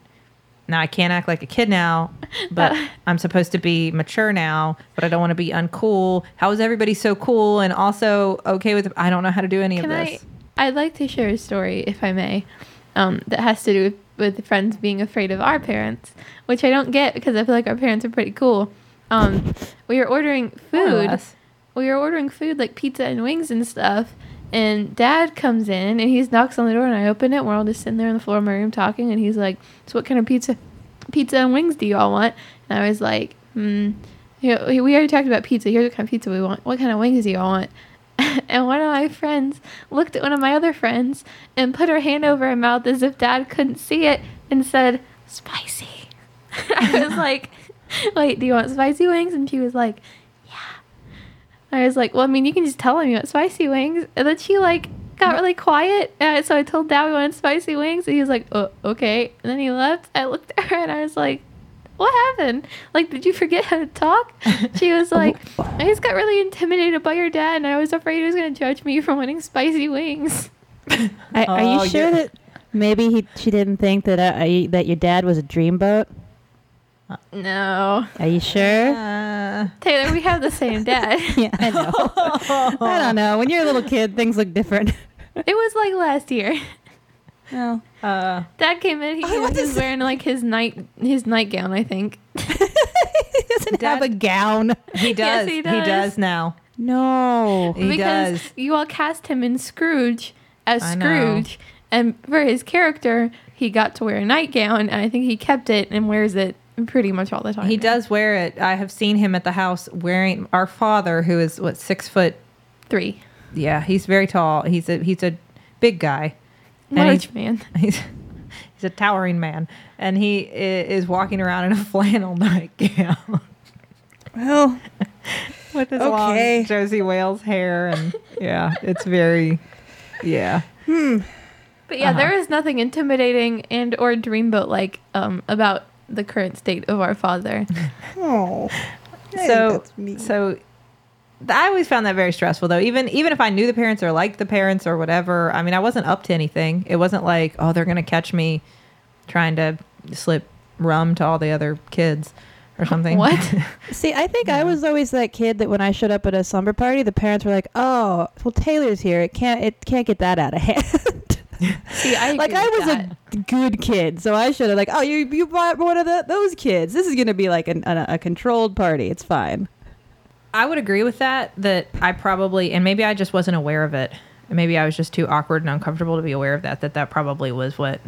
[SPEAKER 2] Now I can't act like a kid now,
[SPEAKER 1] <laughs>
[SPEAKER 2] but I'm supposed to be mature now, but I don't want to be uncool. How is everybody so cool and also okay with? I don't know how to do any
[SPEAKER 1] Can
[SPEAKER 2] of
[SPEAKER 1] I?
[SPEAKER 2] this.
[SPEAKER 1] I'd like to share a story, if I may, um, that has to do with, with friends being afraid of our parents, which I don't get because I feel like our parents are pretty cool. Um, we were ordering
[SPEAKER 2] More or
[SPEAKER 1] food. <laughs>
[SPEAKER 2] less.
[SPEAKER 1] We were ordering food like pizza and wings and stuff. And dad comes in and he knocks on the door and I open it. We're all just sitting there on the floor of my room talking. And he's like, "So what kind of pizza, pizza and wings do you all want?" And I was like, "Hmm, you know, we already talked about pizza. Here's what kind of pizza we want. What kind of wings do you all want?" <laughs> and one of my friends looked at one of my other friends and put her hand over her mouth as if dad couldn't see it and said, Spicy. <laughs> I was like, Wait, do you want spicy wings? And she was like, Yeah. I was like, Well, I mean, you can just tell him you want spicy wings. And then she like got really quiet. And I- so I told dad we wanted spicy wings. And he was like, Oh, okay. And then he left. I looked at her and I was like, what happened? Like, did you forget how to talk? She
[SPEAKER 3] <laughs>
[SPEAKER 1] was like, I just got really intimidated by your dad, and I was afraid he was going to judge me for wanting spicy wings.
[SPEAKER 3] I, are
[SPEAKER 2] Oh,
[SPEAKER 3] you sure
[SPEAKER 2] yeah.
[SPEAKER 3] that maybe he, she didn't think that uh, I, that your dad was a dreamboat?
[SPEAKER 1] No.
[SPEAKER 3] Are you sure?
[SPEAKER 2] Uh,
[SPEAKER 1] Taylor, we have the same dad.
[SPEAKER 3] <laughs> Yeah, I know.
[SPEAKER 2] <laughs>
[SPEAKER 3] I don't know. When you're a little kid, things look different.
[SPEAKER 1] It was like last year.
[SPEAKER 3] Oh.
[SPEAKER 2] uh,
[SPEAKER 1] Dad came in, he
[SPEAKER 3] I
[SPEAKER 1] was
[SPEAKER 3] want to
[SPEAKER 1] just
[SPEAKER 3] say-
[SPEAKER 1] wearing like his night his nightgown, I think.
[SPEAKER 3] <laughs> he doesn't have
[SPEAKER 2] Dad-
[SPEAKER 3] a gown.
[SPEAKER 2] he
[SPEAKER 1] Yes,
[SPEAKER 2] does.
[SPEAKER 1] he
[SPEAKER 2] he does.
[SPEAKER 1] does.
[SPEAKER 2] now.
[SPEAKER 3] No.
[SPEAKER 2] He
[SPEAKER 1] because
[SPEAKER 2] does.
[SPEAKER 1] you all cast him in Scrooge as
[SPEAKER 2] I know.
[SPEAKER 1] Scrooge. And for his character, he got to wear a nightgown, and I think he kept it and wears it pretty much all the time.
[SPEAKER 2] He
[SPEAKER 1] now.
[SPEAKER 2] does wear it. I have seen him at the house wearing our father, who is what six foot.
[SPEAKER 1] Three.
[SPEAKER 2] Yeah, he's very tall. He's a he's a big guy. <laughs> And
[SPEAKER 1] Large
[SPEAKER 2] he's-
[SPEAKER 1] man. <laughs>
[SPEAKER 2] He's he's a towering man, and he i- is walking around in a <laughs> flannel nightgown
[SPEAKER 3] Well,
[SPEAKER 2] <laughs> with his
[SPEAKER 3] Okay.
[SPEAKER 2] long Josie Wales hair, and yeah, it's very yeah.
[SPEAKER 1] But
[SPEAKER 2] Uh-huh.
[SPEAKER 1] yeah, there is nothing intimidating and or dreamboat like um, about the current state of our father.
[SPEAKER 3] oh.
[SPEAKER 2] so so th- I always found that very stressful though. Even even if I knew the parents or liked the parents or whatever, I mean, I wasn't up to anything. It wasn't like oh they're gonna catch me trying to slip rum to all the other kids or something.
[SPEAKER 1] What?
[SPEAKER 3] See, I think I was always that kid that when I showed up at a slumber party, the parents were like, "Oh, well, Taylor's here. It can't. It can't get that out of hand." <laughs>
[SPEAKER 1] See,
[SPEAKER 2] <laughs>
[SPEAKER 1] I
[SPEAKER 3] like
[SPEAKER 1] agree
[SPEAKER 3] I
[SPEAKER 1] with
[SPEAKER 3] was
[SPEAKER 1] that.
[SPEAKER 3] a good kid, so I should have like, "Oh, you you bought one of the, those kids. This is gonna be like an, an, a controlled party. It's fine."
[SPEAKER 2] I would agree with that. That I probably and maybe I just wasn't aware of it. And Maybe I was just too awkward and uncomfortable to be aware of that. That that probably was what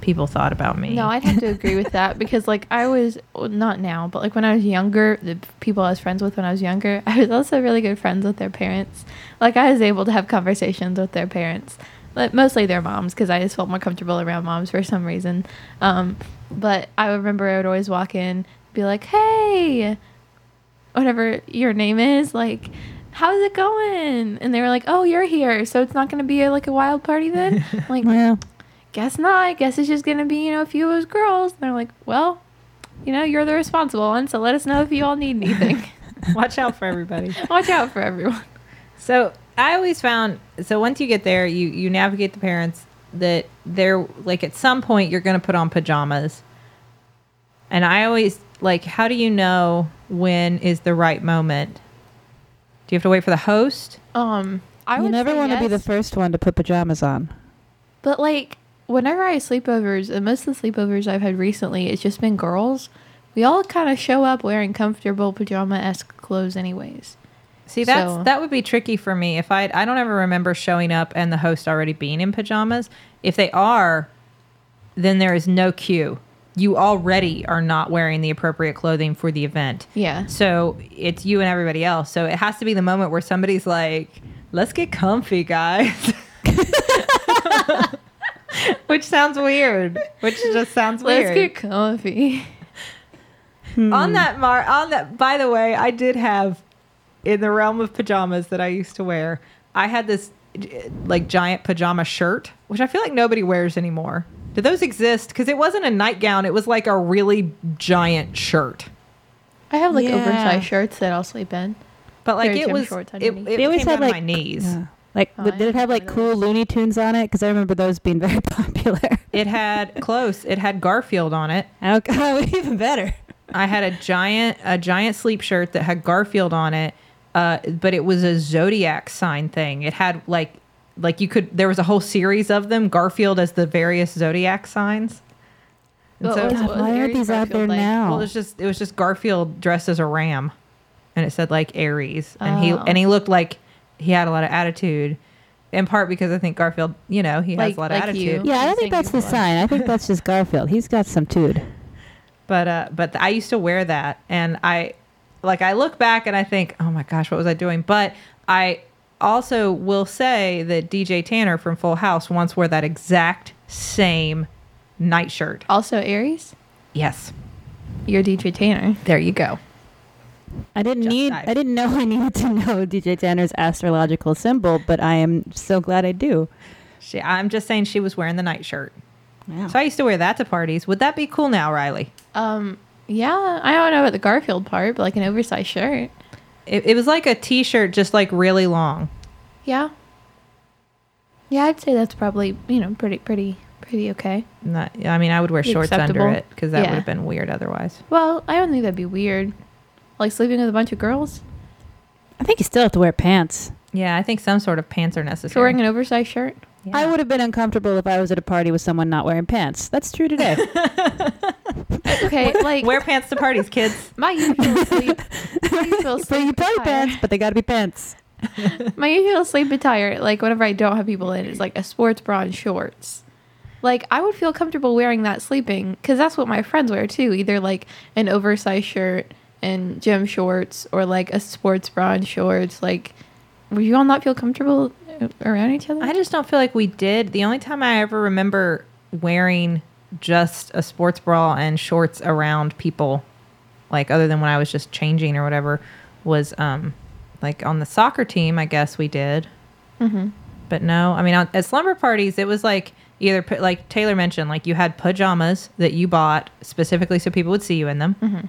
[SPEAKER 2] people thought about me.
[SPEAKER 1] No, I'd have to agree with that because, like, I was well, not now, but like when I was younger, the people I was friends with when I was younger, <laughs> I was also really good friends with their parents. Like, I was able to have conversations with their parents, but mostly their moms because I just felt more comfortable around moms for some reason. Um, but I remember I would always walk in, be like, "Hey, whatever your name is, like." How's it going? And they were like, "Oh, you're here, so it's not going to be like a wild party then." I'm like,
[SPEAKER 3] Well,
[SPEAKER 1] guess not. I guess it's just gonna be, you know, a few of those girls. And they're like, well, you know, you're the responsible one, so let us know if you all need anything.
[SPEAKER 2] <laughs>
[SPEAKER 1] <laughs>
[SPEAKER 2] Watch out for everybody.
[SPEAKER 1] Watch out for everyone.
[SPEAKER 2] So I always found so once you get there, you you navigate the parents that they're like at some point you're going to put on pajamas. And I always like how do you know when is the right moment? Do you have to wait for the host?
[SPEAKER 1] Um, I
[SPEAKER 3] you
[SPEAKER 1] would
[SPEAKER 3] never
[SPEAKER 1] want to
[SPEAKER 3] be the first one to put pajamas on.
[SPEAKER 1] But like, whenever I have sleepovers, and most of the sleepovers I've had recently, it's just been girls. We all kind of show up wearing comfortable pajama esque clothes, anyways.
[SPEAKER 2] See, that's
[SPEAKER 1] So-
[SPEAKER 2] that would be tricky for me if I I don't ever remember showing up and the host already being in pajamas. If they are, then there is no cue. You already are not wearing the appropriate clothing for the event.
[SPEAKER 1] Yeah.
[SPEAKER 2] So it's you and everybody else. So it has to be the moment where somebody's like, let's get comfy, guys. <laughs> Which sounds weird. Which just sounds
[SPEAKER 1] Let's
[SPEAKER 2] weird.
[SPEAKER 1] get comfy.
[SPEAKER 2] On that mar on that by the way, I did have in the realm of pajamas that I used to wear, I had this eh, like giant pajama shirt, which I feel like nobody wears anymore. Do those exist? Because it wasn't a nightgown, it was like a really giant shirt.
[SPEAKER 1] I have like
[SPEAKER 3] Yeah.
[SPEAKER 1] oversized shirts that I'll sleep in.
[SPEAKER 2] But like
[SPEAKER 1] Very
[SPEAKER 2] it
[SPEAKER 1] Tim
[SPEAKER 2] was,
[SPEAKER 1] shorts
[SPEAKER 2] it,
[SPEAKER 1] underneath.
[SPEAKER 2] it
[SPEAKER 3] They always
[SPEAKER 2] came
[SPEAKER 3] had,
[SPEAKER 2] down to
[SPEAKER 3] like,
[SPEAKER 2] my knees.
[SPEAKER 3] Yeah. Like,
[SPEAKER 1] Oh,
[SPEAKER 3] but
[SPEAKER 1] I
[SPEAKER 3] did it
[SPEAKER 1] don't
[SPEAKER 3] have like
[SPEAKER 1] remember
[SPEAKER 3] cool Looney Tunes on it? Because I remember those being <laughs> very popular.
[SPEAKER 2] It had close. It had Garfield on it.
[SPEAKER 3] Oh, God, even better.
[SPEAKER 2] I had a giant a giant sleep shirt that had Garfield on it, uh, but it was a zodiac sign thing. It had like like you could there was a whole series of them. Garfield as the various zodiac signs. And
[SPEAKER 1] What
[SPEAKER 2] so,
[SPEAKER 1] was-
[SPEAKER 3] God,
[SPEAKER 1] what
[SPEAKER 3] why are
[SPEAKER 1] Aries
[SPEAKER 3] these out
[SPEAKER 1] Garfield like?
[SPEAKER 3] there now?
[SPEAKER 2] well, it's just it was just Garfield dressed as a ram, and it said like Aries, and he
[SPEAKER 1] Oh.
[SPEAKER 2] and he looked like he had a lot of attitude, in part because I think Garfield, you know, he has
[SPEAKER 1] Like-
[SPEAKER 2] a lot
[SPEAKER 1] like
[SPEAKER 2] of attitude.
[SPEAKER 1] you.
[SPEAKER 3] yeah, I don't think
[SPEAKER 1] Singing
[SPEAKER 3] that's the
[SPEAKER 1] voice.
[SPEAKER 3] sign. I think that's just Garfield. He's got some tude.
[SPEAKER 2] but uh but th- i used to wear that and i like i look back and i think oh my gosh what was i doing but i also will say that dj tanner from full house once wore that exact same nightshirt
[SPEAKER 1] Also, Aries,
[SPEAKER 2] yes
[SPEAKER 1] you're DJ Tanner.
[SPEAKER 2] there you go
[SPEAKER 3] I didn't
[SPEAKER 2] Just
[SPEAKER 3] need.
[SPEAKER 2] dive.
[SPEAKER 3] I didn't know <laughs> I needed to know DJ Tanner's astrological symbol, but I am so glad I do.
[SPEAKER 2] she, i'm just saying she was wearing the nightshirt
[SPEAKER 3] Wow.
[SPEAKER 2] so i used to wear that to parties would that be cool now riley
[SPEAKER 1] Um, yeah, I don't know about the Garfield part, but like an oversized shirt.
[SPEAKER 2] it, it was like a t-shirt just like really long
[SPEAKER 1] Yeah. Yeah, I'd say that's probably you know pretty pretty pretty okay.
[SPEAKER 2] Not, i mean i would wear
[SPEAKER 1] Be
[SPEAKER 2] shorts
[SPEAKER 1] acceptable.
[SPEAKER 2] under it because that
[SPEAKER 1] Yeah.
[SPEAKER 2] would have been weird otherwise
[SPEAKER 1] Well, I don't think that'd be weird. Like sleeping with a bunch of girls.
[SPEAKER 3] I think you still have to wear pants.
[SPEAKER 2] yeah i think some sort of pants are
[SPEAKER 1] If you're
[SPEAKER 2] necessary
[SPEAKER 1] wearing an oversized shirt.
[SPEAKER 2] Yeah.
[SPEAKER 3] I would have been uncomfortable if I was at a party with someone not wearing pants. That's true today.
[SPEAKER 1] <laughs> Okay, like
[SPEAKER 2] wear pants to parties kids
[SPEAKER 1] my usual <laughs> sleep. My usual
[SPEAKER 3] so you
[SPEAKER 1] sleep
[SPEAKER 3] play
[SPEAKER 1] attire-
[SPEAKER 3] pants, but they got to be pants.
[SPEAKER 1] My usual sleep attire, like whenever I don't have people in, is like a sports bra and shorts. Like I would feel comfortable wearing that sleeping because that's what my friends wear too. Either like an oversized shirt and gym shorts, or like a sports bra and shorts. Like, would you all not feel comfortable uh, around each other?
[SPEAKER 2] <laughs> I just don't feel like we did. The only time I ever remember wearing just a sports bra and shorts around people, like other than when I was just changing or whatever, was um like on the soccer team. I guess we did,
[SPEAKER 1] mm-hmm.
[SPEAKER 2] but no. I mean, on, at slumber parties, it was like either pa- like Taylor mentioned, like you had pajamas that you bought specifically so people would see you in them,
[SPEAKER 1] Mhm.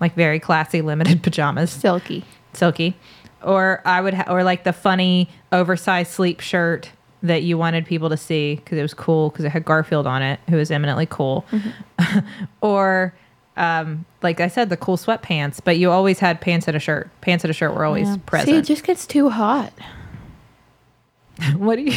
[SPEAKER 2] like very classy, limited <laughs> pajamas
[SPEAKER 1] Silky.
[SPEAKER 2] silky or i would ha- or like the funny oversized sleep shirt that you wanted people to see because it was cool because it had garfield on it who is eminently cool <laughs> or um like i said the cool sweatpants but you always had pants and a shirt pants and a shirt were always
[SPEAKER 3] Yeah.
[SPEAKER 1] See, it
[SPEAKER 2] present
[SPEAKER 1] just gets too hot.
[SPEAKER 2] <laughs> what are you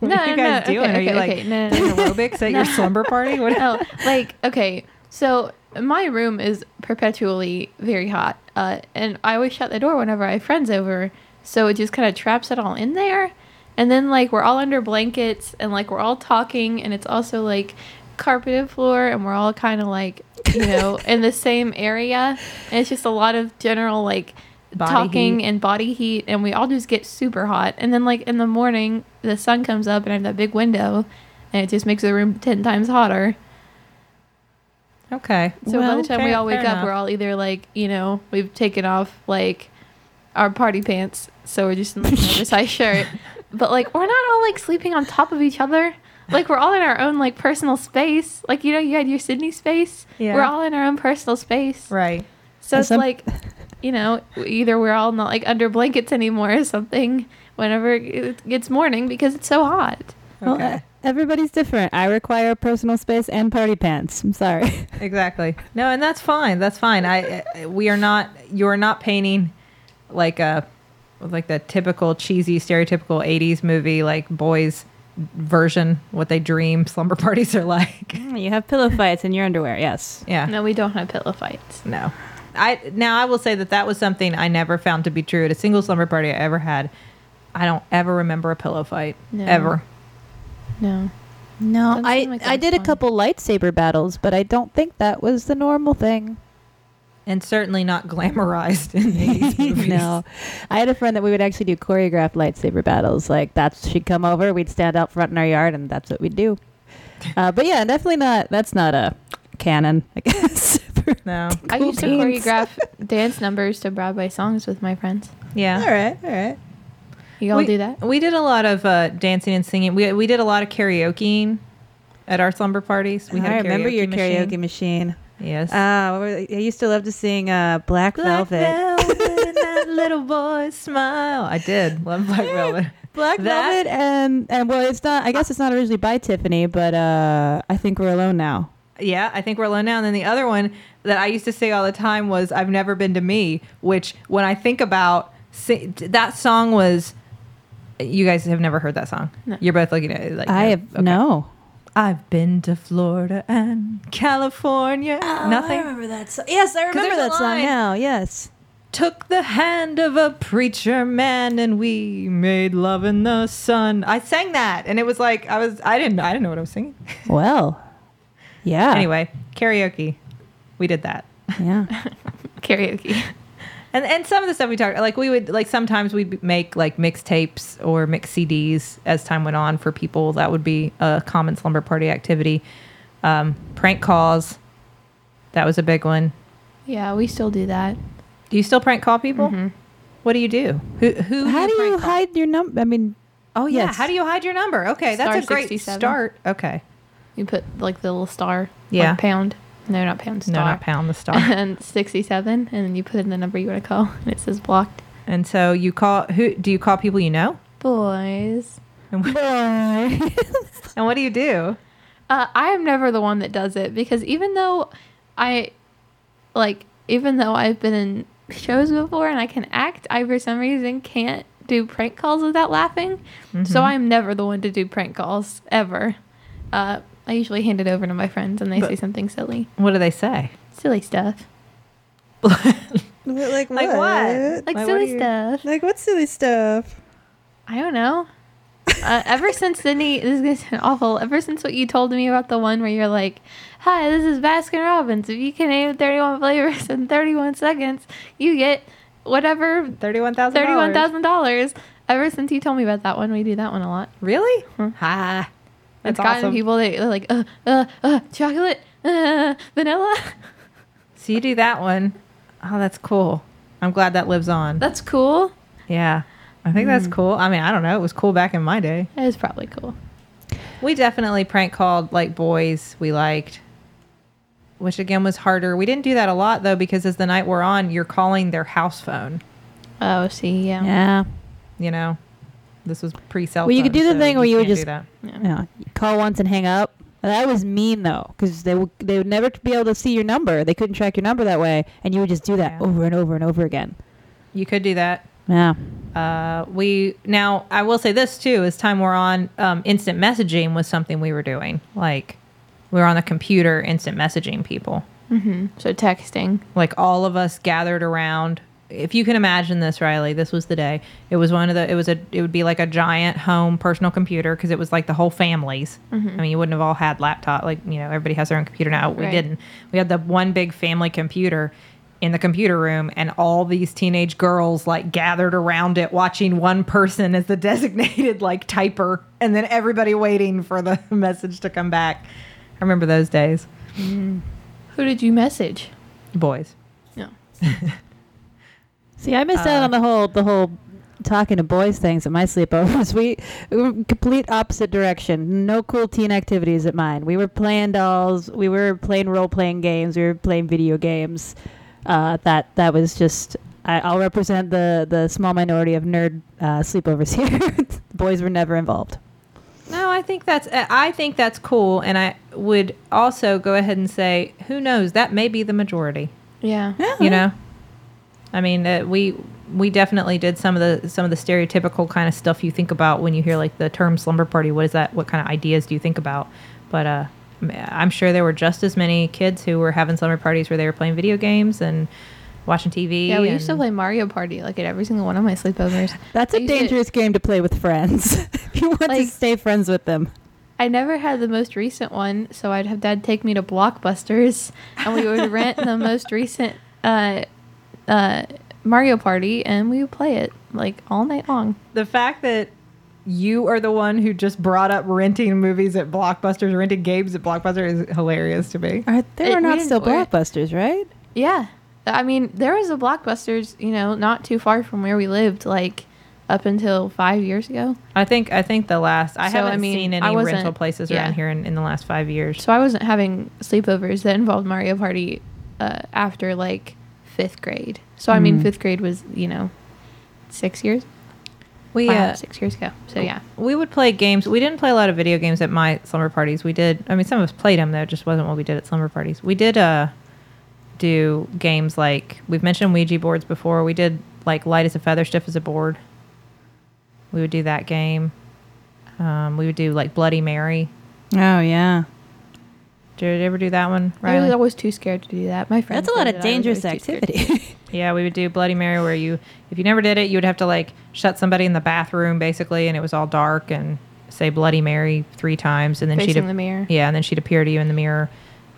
[SPEAKER 2] what are
[SPEAKER 1] No,
[SPEAKER 2] you
[SPEAKER 1] no,
[SPEAKER 2] guys
[SPEAKER 1] no,
[SPEAKER 2] doing
[SPEAKER 1] okay,
[SPEAKER 2] are you
[SPEAKER 1] okay,
[SPEAKER 2] like
[SPEAKER 1] okay, no, <laughs> no, no,
[SPEAKER 2] doing aerobics at your slumber party what
[SPEAKER 1] no, Oh, like okay. So my room is perpetually very hot, uh, and I always shut the door whenever I have friends over, so it just kind of traps it all in there. And then like we're all under blankets, and like we're all talking, and it's also like carpeted floor, and we're all kind of like
[SPEAKER 2] <laughs>
[SPEAKER 1] you know in the same area, and it's just a lot of general like
[SPEAKER 2] Body
[SPEAKER 1] talking
[SPEAKER 2] heat.
[SPEAKER 1] and body heat and we all just get super hot and then like in the morning the sun comes up and i have that big window and it just makes the room 10 times hotter
[SPEAKER 2] okay
[SPEAKER 1] so by the
[SPEAKER 2] Well,
[SPEAKER 1] time
[SPEAKER 2] fair-
[SPEAKER 1] we all wake
[SPEAKER 2] fair
[SPEAKER 1] up
[SPEAKER 2] enough.
[SPEAKER 1] we're all either like you know we've taken off like our party pants so we're just in
[SPEAKER 2] <laughs>
[SPEAKER 1] like an oversized shirt but like we're not all like sleeping on top of each other like we're all in our own like personal space like you know you had your sydney space
[SPEAKER 2] Yeah.
[SPEAKER 1] we're all in our own personal space
[SPEAKER 2] right
[SPEAKER 1] so it's
[SPEAKER 3] Some-
[SPEAKER 1] like, you know, either we're all not like under blankets anymore or something whenever it gets morning because it's so hot.
[SPEAKER 2] okay
[SPEAKER 3] Well, uh, everybody's different. I require personal space and party pants. I'm sorry. <laughs>
[SPEAKER 2] exactly no and that's fine that's fine i I- we are not you're not painting like a like the typical cheesy stereotypical 80s movie like boys version what they dream slumber <laughs> parties are like
[SPEAKER 3] Mm, you have pillow fights in your underwear. Yes.
[SPEAKER 2] yeah
[SPEAKER 1] No, we don't have pillow fights.
[SPEAKER 2] no i now i will say that that was something i never found to be true at a single slumber party i ever had i don't ever remember a pillow fight
[SPEAKER 1] No.
[SPEAKER 2] ever
[SPEAKER 1] No.
[SPEAKER 3] No,
[SPEAKER 1] Doesn't
[SPEAKER 3] I
[SPEAKER 1] seem like
[SPEAKER 3] I
[SPEAKER 1] that's
[SPEAKER 3] did a
[SPEAKER 1] fun.
[SPEAKER 3] couple lightsaber battles, but I don't think that was the normal thing.
[SPEAKER 2] and certainly not glamorized in the
[SPEAKER 1] <laughs>
[SPEAKER 2] 80s movies.
[SPEAKER 3] no, I had a friend that we would actually do choreographed lightsaber battles. Like that's she'd come over, we'd stand out front in our yard, and <laughs> that's what we'd do. Uh, but yeah, definitely not. That's not a canon, I <laughs> guess. for
[SPEAKER 2] No.
[SPEAKER 1] I
[SPEAKER 3] Cool
[SPEAKER 1] used to
[SPEAKER 3] beans.
[SPEAKER 1] choreograph dance numbers to Broadway songs with my friends.
[SPEAKER 2] Yeah.
[SPEAKER 3] All right, all right.
[SPEAKER 1] You all
[SPEAKER 2] we,
[SPEAKER 1] do that?
[SPEAKER 2] We did a lot of uh, dancing and singing. We we did a lot of karaokeing at our slumber parties. We had
[SPEAKER 3] I
[SPEAKER 2] a
[SPEAKER 3] remember your
[SPEAKER 2] machine.
[SPEAKER 3] karaoke machine.
[SPEAKER 2] Yes.
[SPEAKER 3] Ah, what were- I used to love to sing uh, Black,
[SPEAKER 2] Black
[SPEAKER 3] Velvet.
[SPEAKER 2] Velvet and
[SPEAKER 3] <laughs>
[SPEAKER 2] that little boy smile. I did love Black Velvet.
[SPEAKER 3] Black
[SPEAKER 2] That-
[SPEAKER 3] Velvet and and well, it's not. I guess it's not originally by Tiffany, but uh, I think we're alone now.
[SPEAKER 2] Yeah, I think we're alone now. And then the other one that I used to say all the time was "I've never been to me," which when I think about si- that song was, you guys have never heard that song.
[SPEAKER 1] No.
[SPEAKER 2] You're both looking at it like
[SPEAKER 3] I have
[SPEAKER 2] okay.
[SPEAKER 3] no.
[SPEAKER 2] I've been to Florida and California. Nothing.
[SPEAKER 3] remember that song. Yes, I
[SPEAKER 2] remember that song
[SPEAKER 3] now. Yes.
[SPEAKER 2] Took the hand of a preacher man and we made love in the sun. I sang that and it was like I was I didn't I didn't know what I was singing.
[SPEAKER 3] <laughs> Well. Yeah.
[SPEAKER 2] Anyway, karaoke. We did that.
[SPEAKER 3] Yeah.
[SPEAKER 1] Karaoke.
[SPEAKER 2] And and some of the stuff we talked like we would like sometimes we'd make like mixtapes or mix CDs as time went on for people. That would be a common slumber party activity. Um, prank calls. That was a big one.
[SPEAKER 1] <laughs> Yeah, we still do that.
[SPEAKER 2] Do you still prank call people?
[SPEAKER 1] Mhm.
[SPEAKER 2] What do you do? Who <laughs> who
[SPEAKER 3] Mm-hmm. How do
[SPEAKER 2] prank
[SPEAKER 3] you
[SPEAKER 2] call?
[SPEAKER 3] hide your number? I mean,
[SPEAKER 2] Oh yeah.
[SPEAKER 3] Yes.
[SPEAKER 2] How do you hide your number? Okay,
[SPEAKER 1] Star
[SPEAKER 2] that's a great
[SPEAKER 1] 67.
[SPEAKER 2] start. Okay.
[SPEAKER 1] You put like the little star.
[SPEAKER 2] Yeah.
[SPEAKER 1] Like pound. No, not pound. Star.
[SPEAKER 2] No, not pound the <laughs>
[SPEAKER 1] <laughs>
[SPEAKER 2] star.
[SPEAKER 1] And 67, and then you put in the number you want to call, and it says blocked.
[SPEAKER 2] and so you call who do you call people you know?
[SPEAKER 1] Boys.
[SPEAKER 2] And
[SPEAKER 3] <laughs>
[SPEAKER 2] what,
[SPEAKER 3] boy.
[SPEAKER 2] and what do you do?
[SPEAKER 1] Uh, I am never the one that does it because even though I, like, even though I've been in shows before and I can act, I for some reason can't do prank calls without laughing.
[SPEAKER 2] Mm-hmm.
[SPEAKER 1] So I'm never the one to do prank calls ever. Uh, I usually hand it over to my friends and they
[SPEAKER 2] But-
[SPEAKER 1] say something silly,
[SPEAKER 2] What do they <laughs> say?
[SPEAKER 1] silly stuff,
[SPEAKER 3] like
[SPEAKER 2] Like what?
[SPEAKER 1] like
[SPEAKER 2] Why, what
[SPEAKER 1] silly
[SPEAKER 2] do you-
[SPEAKER 1] stuff.
[SPEAKER 3] Like what silly stuff?
[SPEAKER 1] I don't know. Uh, <laughs> ever since Sydney, this is gonna sound awful. Ever since what you told me about the one where you're like, "Hi, this is Baskin Robbins. If you can name 31 flavors in 31 seconds, you get whatever
[SPEAKER 2] Thirty-one thousand.
[SPEAKER 1] thirty-one thousand dollars." Ever since you told me about that one, we do that one a lot.
[SPEAKER 2] Really?
[SPEAKER 1] Mhm.
[SPEAKER 2] Ha.
[SPEAKER 1] It's
[SPEAKER 2] That's
[SPEAKER 1] gotten
[SPEAKER 2] awesome.
[SPEAKER 1] people that are like, uh, uh, uh, chocolate, uh, vanilla. <laughs>
[SPEAKER 2] So you do that one. Oh, that's cool. I'm glad that lives on.
[SPEAKER 1] That's cool.
[SPEAKER 2] Yeah. I think that's cool. I mean, I don't know. It was cool back in my day.
[SPEAKER 1] That is probably cool.
[SPEAKER 2] We definitely prank called like boys we liked, which again was harder. We didn't do that a lot though because as the night wore on, you're calling their house phone.
[SPEAKER 1] Oh, see, yeah.
[SPEAKER 3] Yeah.
[SPEAKER 2] You know, this was pre-cell.
[SPEAKER 3] Well, you could
[SPEAKER 2] phone,
[SPEAKER 3] do the
[SPEAKER 2] so
[SPEAKER 3] thing where you would
[SPEAKER 2] can't do
[SPEAKER 3] just-
[SPEAKER 2] that.
[SPEAKER 3] Yeah. Call once and hang up. That was mean though, because they would they would never be able to see your number. They couldn't track your number that way, and you would just do that
[SPEAKER 2] Yeah.
[SPEAKER 3] over and over and over again.
[SPEAKER 2] You could do that.
[SPEAKER 3] Yeah.
[SPEAKER 2] Uh, we now I will say this too: as time wore on, um, instant messaging was something we were doing. Like we were on the computer, instant messaging people.
[SPEAKER 1] hmm So texting.
[SPEAKER 2] like all of us gathered around if you can imagine this riley this was the day it was one of the it was a it would be like a giant home personal computer because it was like the whole families i mean you wouldn't have all had laptop like you know everybody has their own computer now we
[SPEAKER 1] Right.
[SPEAKER 2] didn't we had the one big family computer in the computer room and all these teenage girls like gathered around it watching one person as the <laughs> designated like typer and then everybody waiting for the <laughs> message to come back i remember those days
[SPEAKER 1] Who did you message?
[SPEAKER 2] boys
[SPEAKER 1] No.
[SPEAKER 3] See, I missed out on the whole the whole talking to boys things at my sleepovers. <laughs> We, we were complete opposite direction. No cool teen activities at mine. We were playing dolls. We were playing role playing games. We were playing video games. Uh, that that was just. I, I'll represent the the small minority of nerd uh, sleepovers <laughs> here. boys were never involved.
[SPEAKER 2] No, I think that's uh, I think that's cool, and I would also go ahead and say, who knows? That may be the majority.
[SPEAKER 1] Yeah.
[SPEAKER 2] You know, I mean, uh, we we definitely did some of the some of the stereotypical kind of stuff you think about when you hear like the term slumber party. What is that? What kind of ideas do you think about? But uh, I'm sure there were just as many kids who were having slumber parties where they were playing video games and watching TV.
[SPEAKER 1] Yeah, we used to
[SPEAKER 2] and-
[SPEAKER 1] play Mario Party like at every single one of my sleepovers.
[SPEAKER 3] That's a
[SPEAKER 1] Use it.
[SPEAKER 3] dangerous game to play with friends. <laughs> if you want
[SPEAKER 1] Like-
[SPEAKER 3] to stay friends with them.
[SPEAKER 1] I never had the most recent one, so I'd have dad take me to Blockbusters and we would rent
[SPEAKER 3] <laughs>
[SPEAKER 1] the most recent uh, uh, Mario Party and we would play it like all night long.
[SPEAKER 2] the fact that you are the one who just brought up renting movies at Blockbusters, renting games at Blockbuster is hilarious to me.
[SPEAKER 3] Are
[SPEAKER 1] It-
[SPEAKER 3] there are
[SPEAKER 1] we
[SPEAKER 3] not
[SPEAKER 1] didn't
[SPEAKER 3] still
[SPEAKER 1] order-
[SPEAKER 3] blockbusters, right?
[SPEAKER 1] Yeah. I mean, there was a Blockbusters, you know, not too far from where we lived, like up until five years ago.
[SPEAKER 2] I think I think the last I
[SPEAKER 1] So, I
[SPEAKER 2] haven't
[SPEAKER 1] mean,
[SPEAKER 2] seen
[SPEAKER 1] I
[SPEAKER 2] any
[SPEAKER 1] wasn't-
[SPEAKER 2] rental places
[SPEAKER 1] yeah.
[SPEAKER 2] around here in, in the last five years.
[SPEAKER 1] So I wasn't having sleepovers that involved Mario Party uh, after like fifth grade. So, I mean,
[SPEAKER 3] Mm.
[SPEAKER 1] fifth grade was, you know, six years,
[SPEAKER 2] We
[SPEAKER 1] five,
[SPEAKER 2] uh,
[SPEAKER 1] six years ago. So, yeah.
[SPEAKER 2] we would play games. We didn't play a lot of video games at my slumber parties. We did. I mean, some of us played them though. It just wasn't what we did at slumber parties. We did uh, do games like we've mentioned Ouija boards before. We did like light as a feather, stiff as a board. We would do that game. Um, we would do like Bloody Mary.
[SPEAKER 3] Oh yeah.
[SPEAKER 2] Did you ever do that one?
[SPEAKER 1] I was
[SPEAKER 2] Riley?
[SPEAKER 1] always too scared to do that. My friends.
[SPEAKER 3] That's a lot
[SPEAKER 1] did
[SPEAKER 3] of
[SPEAKER 1] it. I was
[SPEAKER 3] dangerous
[SPEAKER 1] always too scared.
[SPEAKER 3] activity. <laughs>
[SPEAKER 2] Yeah, we would do Bloody Mary where you, if you never did it, you would have to like shut somebody in the bathroom basically, and it was all dark and say Bloody Mary three times, and then she'd
[SPEAKER 1] Facing
[SPEAKER 2] ap-
[SPEAKER 1] the mirror.
[SPEAKER 2] Yeah, and then she'd appear to you in the mirror.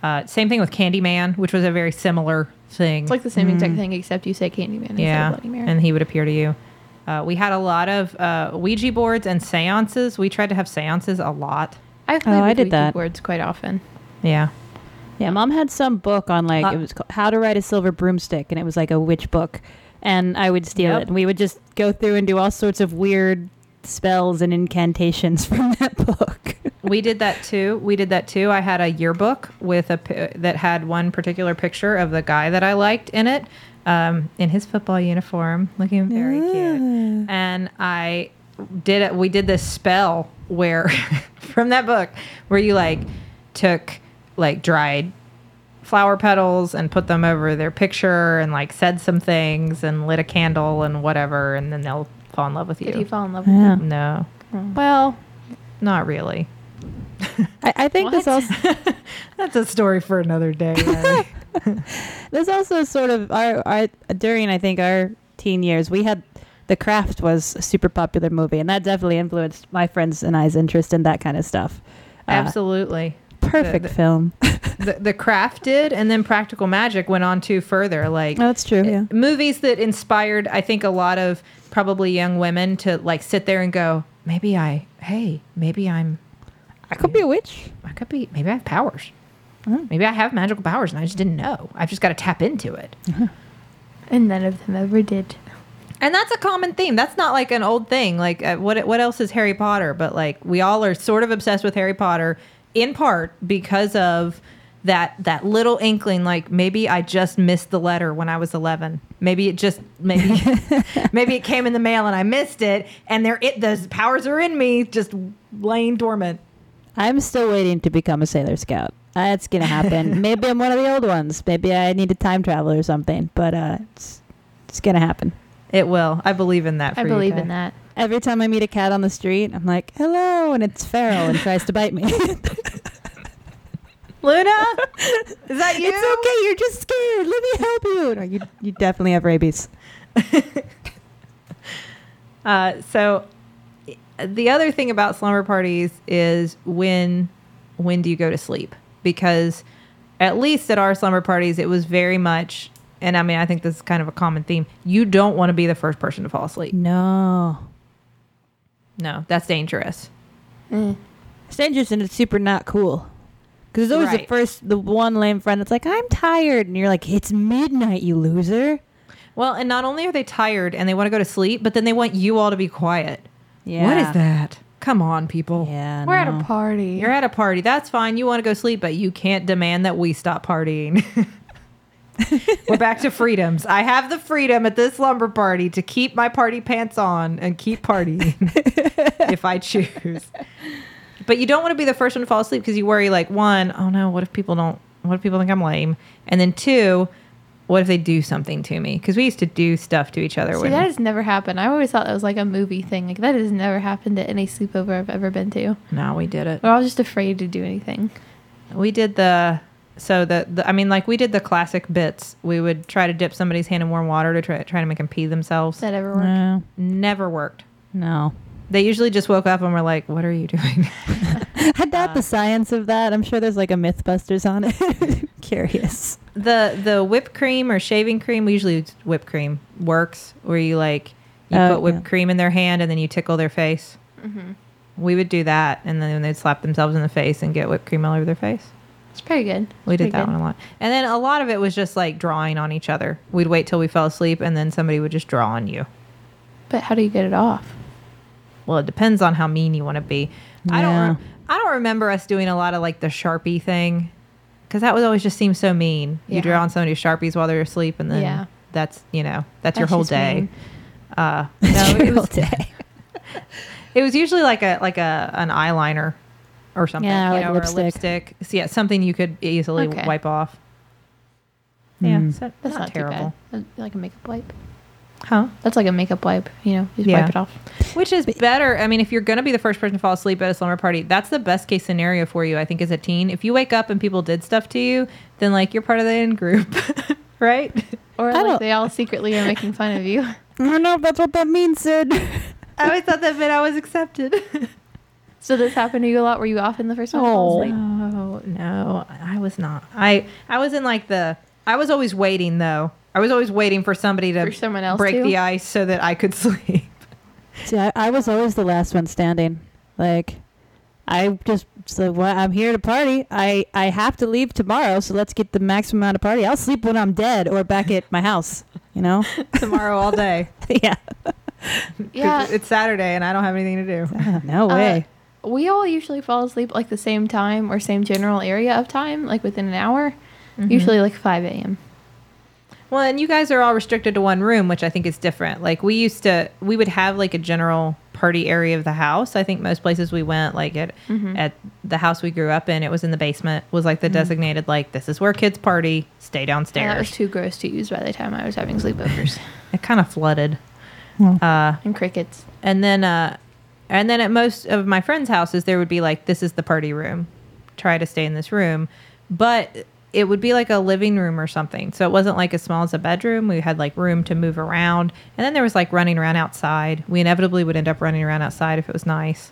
[SPEAKER 2] Uh, same thing with Candyman, which was a very similar thing.
[SPEAKER 1] It's like the same exact thing, except you say Candyman instead
[SPEAKER 2] yeah,
[SPEAKER 1] of Bloody Mary.
[SPEAKER 2] and he would appear to you. Uh, we had a lot of uh, Ouija boards and seances. We tried to have seances a lot.
[SPEAKER 1] I've played
[SPEAKER 3] Oh, I
[SPEAKER 1] with
[SPEAKER 3] did
[SPEAKER 1] Ouija
[SPEAKER 3] that.
[SPEAKER 1] boards quite often.
[SPEAKER 2] Yeah,
[SPEAKER 3] yeah, mom had some book on like
[SPEAKER 2] Uh,
[SPEAKER 3] it was called How to Ride a Silver Broomstick, and it was like a witch book, and I would steal
[SPEAKER 2] Yep.
[SPEAKER 3] it, and we would just go through and do all sorts of weird spells and incantations <laughs> from that book.
[SPEAKER 2] we did that too. We did that too. I had a yearbook with a pi- that had one particular picture of the guy that I liked in it, um, in his football uniform, looking very
[SPEAKER 1] Ah.
[SPEAKER 2] cute. And I did it. We did this spell where, <laughs> from that book, where you like took like dried flower petals and put them over their picture and like said some things and lit a candle and whatever, and then they'll fall in love with you.
[SPEAKER 1] Did you fall in love with
[SPEAKER 3] yeah.
[SPEAKER 2] No.
[SPEAKER 1] Oh.
[SPEAKER 2] Well, not really.
[SPEAKER 3] I, I think this
[SPEAKER 1] What?
[SPEAKER 3] also
[SPEAKER 2] That's a story for another day. Riley.
[SPEAKER 3] There's also sort of our, our during I think our teen years we had The Craft was a super popular movie and that definitely influenced my friends and I's interest in that kind of stuff.
[SPEAKER 2] <laughs>
[SPEAKER 3] Uh,
[SPEAKER 2] Absolutely.
[SPEAKER 3] perfect
[SPEAKER 2] The- the-
[SPEAKER 3] film. <laughs> oh,
[SPEAKER 2] The, the craft did, and then Practical Magic went on too further. Like eh,
[SPEAKER 3] that's true. Yeah.
[SPEAKER 2] movies that inspired, I think, a lot of probably young women to like sit there and go, maybe I, hey, maybe I'm,
[SPEAKER 3] I could be a witch.
[SPEAKER 2] I could be, maybe I have powers.
[SPEAKER 3] Mm.
[SPEAKER 2] Maybe I have magical powers and I just didn't know. I've just got to tap into it.
[SPEAKER 1] And none of them ever did.
[SPEAKER 2] And that's a common theme. That's not like an old thing. Like uh, what what else is Harry Potter? But like we all are sort of obsessed with Harry Potter in part because of that that little inkling like maybe I just missed the letter when I was 11. Maybe it just
[SPEAKER 1] <laughs>
[SPEAKER 2] maybe maybe it came in the mail and I missed it and there it those powers are in me just laying dormant.
[SPEAKER 3] I'm still waiting to become a Sailor Scout. That's gonna <laughs> happen. Maybe I'm one of the old ones. Maybe I need to time travel or something. But uh, it's it's gonna happen.
[SPEAKER 2] It will. I believe in that.
[SPEAKER 1] I
[SPEAKER 2] for you,
[SPEAKER 1] believe
[SPEAKER 2] Kat.
[SPEAKER 1] in that.
[SPEAKER 3] Every time I meet a cat on the street, I'm like, "Hello," and it's feral and tries to bite me.
[SPEAKER 1] <laughs>
[SPEAKER 3] <laughs>
[SPEAKER 2] Luna? Is that you?
[SPEAKER 3] It's okay. You're just scared. Let me help you. No, you, you definitely have rabies.
[SPEAKER 2] Uh, so the other thing about slumber parties is when when do you go to sleep? Because at least at our slumber parties, it was very much, and I mean, I think this is kind of a common theme. You don't want to be the first person to fall asleep.
[SPEAKER 3] No.
[SPEAKER 2] No, that's dangerous.
[SPEAKER 3] It's dangerous and it's super not cool. Because there's always the
[SPEAKER 2] Right.
[SPEAKER 3] first, the one lame friend that's like, I'm tired. And you're like, it's midnight, you loser.
[SPEAKER 2] Well, and not only are they tired and they want to go to sleep, but then they want you all to be quiet.
[SPEAKER 3] Yeah.
[SPEAKER 2] What is that? Come on, people.
[SPEAKER 3] Yeah.
[SPEAKER 1] We're at
[SPEAKER 3] no.
[SPEAKER 1] a party.
[SPEAKER 2] You're at a party. That's fine. You want to go sleep, but you can't demand that we stop partying. <laughs> We're back to freedoms. I have the freedom at this lumber party to keep my party pants on and
[SPEAKER 1] <laughs>
[SPEAKER 2] keep partying if I choose. But you don't want to be the first one to fall asleep because you worry like one, oh no, what if people don't what if people think I'm lame? And then two, what if they do something to me? Because we used to do stuff to each other
[SPEAKER 1] See,
[SPEAKER 2] when
[SPEAKER 1] that has never happened. I always thought that was like a movie thing. Like that has never happened at any sleepover I've ever been to.
[SPEAKER 2] No, we did it.
[SPEAKER 1] We're all just afraid to do anything.
[SPEAKER 2] We did the so the, the I mean like we did the classic bits. We would try to dip somebody's hand in warm water to try, try to make them pee themselves.
[SPEAKER 1] That ever worked.
[SPEAKER 3] No.
[SPEAKER 2] Never worked.
[SPEAKER 3] <laughs> No.
[SPEAKER 2] They usually just woke up and were like, "What are you doing?"
[SPEAKER 3] <laughs>
[SPEAKER 2] Uh,
[SPEAKER 3] I doubt the science of that. I'm sure there's like a Mythbusters on it. <laughs> Curious.
[SPEAKER 2] the the whipped cream or shaving cream, we usually use whipped cream works where you like you
[SPEAKER 3] Oh,
[SPEAKER 2] put whipped
[SPEAKER 3] yeah.
[SPEAKER 2] cream in their hand and then you tickle their face.
[SPEAKER 1] hmm
[SPEAKER 2] We would do that, and then they'd slap themselves in the face and get whipped cream all over their face.
[SPEAKER 1] It's pretty good. It's
[SPEAKER 2] We
[SPEAKER 1] pretty
[SPEAKER 2] did that
[SPEAKER 1] good.
[SPEAKER 2] one a lot. And then a lot of it was just like drawing on each other. We'd wait till we fell asleep, and then somebody would just draw on you.
[SPEAKER 1] But how do you get it off?
[SPEAKER 2] Well, it depends on how mean you want to be. I
[SPEAKER 3] Yeah.
[SPEAKER 2] don't. Re- I don't remember us doing a lot of like the sharpie thing, because that would always just seem so mean. You
[SPEAKER 1] Yeah.
[SPEAKER 2] draw on somebody's sharpies while they're asleep, and then
[SPEAKER 1] Yeah.
[SPEAKER 2] that's you know that's, your
[SPEAKER 1] That's
[SPEAKER 2] whole
[SPEAKER 1] just
[SPEAKER 2] day.
[SPEAKER 1] mean.
[SPEAKER 2] Uh, no,
[SPEAKER 3] <laughs>
[SPEAKER 2] it was, it was usually like a like a an eyeliner or something,
[SPEAKER 3] Yeah,
[SPEAKER 2] you
[SPEAKER 3] like
[SPEAKER 2] know, or a
[SPEAKER 3] lipstick.
[SPEAKER 2] lipstick. So, yeah, something you could easily
[SPEAKER 1] Okay.
[SPEAKER 2] wipe off. Yeah,
[SPEAKER 3] Mm.
[SPEAKER 2] so
[SPEAKER 1] That's not,
[SPEAKER 2] terrible.
[SPEAKER 1] too bad. That's Like a makeup wipe.
[SPEAKER 2] Huh?
[SPEAKER 1] That's like a makeup wipe. You know, just
[SPEAKER 2] Yeah.
[SPEAKER 1] wipe it off.
[SPEAKER 2] Which is better. I mean, if you're going to be the first person to fall asleep at a slumber party, that's the best case scenario for you, I think, as a teen. If you wake up and people did stuff to you, then like you're part of the in group, <laughs> right?
[SPEAKER 1] Or
[SPEAKER 3] I
[SPEAKER 1] like
[SPEAKER 3] don't-
[SPEAKER 1] they all secretly are making fun of you. <laughs>
[SPEAKER 3] I don't know if that's what that means, Sid. <laughs>
[SPEAKER 2] I always thought that meant I was accepted.
[SPEAKER 1] So this happened to you a lot. Were you often the first one to fall
[SPEAKER 3] Oh.
[SPEAKER 1] asleep?
[SPEAKER 2] <laughs> no, no, I was not. I I was in like the. I was always waiting though. I was always waiting for somebody to
[SPEAKER 1] For someone else
[SPEAKER 2] break
[SPEAKER 1] to?
[SPEAKER 2] the ice so that I could <laughs> sleep.
[SPEAKER 3] See, I, I was always the last one standing. Like, I just so well, I'm here to party. I I have to leave tomorrow, so let's get the maximum amount of party. I'll sleep when I'm dead or back at my house. You know? <laughs>
[SPEAKER 2] Tomorrow all day.
[SPEAKER 3] yeah.
[SPEAKER 2] 'Cause
[SPEAKER 1] Yeah. Uh,
[SPEAKER 2] It's Saturday and I don't have anything to do.
[SPEAKER 3] Ah, No way.
[SPEAKER 1] we all usually fall asleep like the same time or same general area of time, like within an hour.
[SPEAKER 2] Mm-hmm.
[SPEAKER 1] Usually like 5 a.m.
[SPEAKER 2] Well, and you guys are all restricted to one room, which I think is different. Like we used to, we would have like a general party area of the house. I think most places we went, like at at the house we grew up in, it was in the basement. Was like the designated, like this is where kids party. Stay
[SPEAKER 1] And that was
[SPEAKER 2] downstairs.
[SPEAKER 1] too gross to use by the time I was having
[SPEAKER 2] <laughs>
[SPEAKER 1] sleepovers
[SPEAKER 2] it kind of flooded.
[SPEAKER 3] Well,
[SPEAKER 2] Uh,
[SPEAKER 1] and crickets.
[SPEAKER 2] and then, uh, and then at most of my friends' houses, there would be like this is the party room. Try to stay in this room, but it would be like a living room or something. So it wasn't like as small as a bedroom. We had like room to move around, and then there was like running around outside. We inevitably would end up running around outside if it was nice.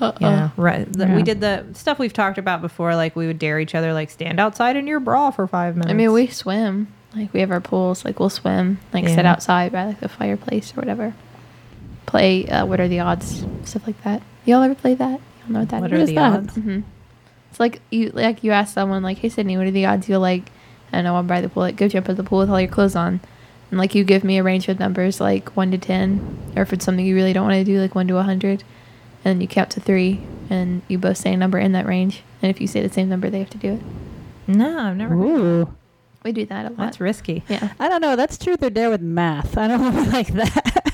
[SPEAKER 1] Uh oh.
[SPEAKER 2] Yeah, right. The- We
[SPEAKER 3] Yeah.
[SPEAKER 2] did the stuff we've talked about before. Like we would dare each other, like stand outside in your bra for five minutes.
[SPEAKER 1] I mean, we swim. Like we have our pools. Like we'll swim. Like sit
[SPEAKER 2] Yeah.
[SPEAKER 1] outside by like the fireplace or whatever. Play uh, what are the odds? Stuff like that. Y'all ever play that? Y'all know what that
[SPEAKER 2] What
[SPEAKER 1] is?
[SPEAKER 2] are
[SPEAKER 3] is
[SPEAKER 2] the
[SPEAKER 3] that?
[SPEAKER 2] odds?
[SPEAKER 1] hmm It's like you like you ask someone like, "Hey Sydney, what are the odds you'll like?" I know I'm by the pool. Like, go jump at the pool with all your clothes on, and like you give me a range of numbers like one to ten, or if it's something you really don't want to do, like one to a hundred, and you count to three, and you both say a number in that range, and if you say the same number, they have to do it.
[SPEAKER 2] No, I've never. heard-
[SPEAKER 3] Ooh.
[SPEAKER 1] We do that a lot.
[SPEAKER 2] That's risky.
[SPEAKER 1] Yeah.
[SPEAKER 3] I don't know. That's truth or dare with math. I don't <laughs> know if I like that.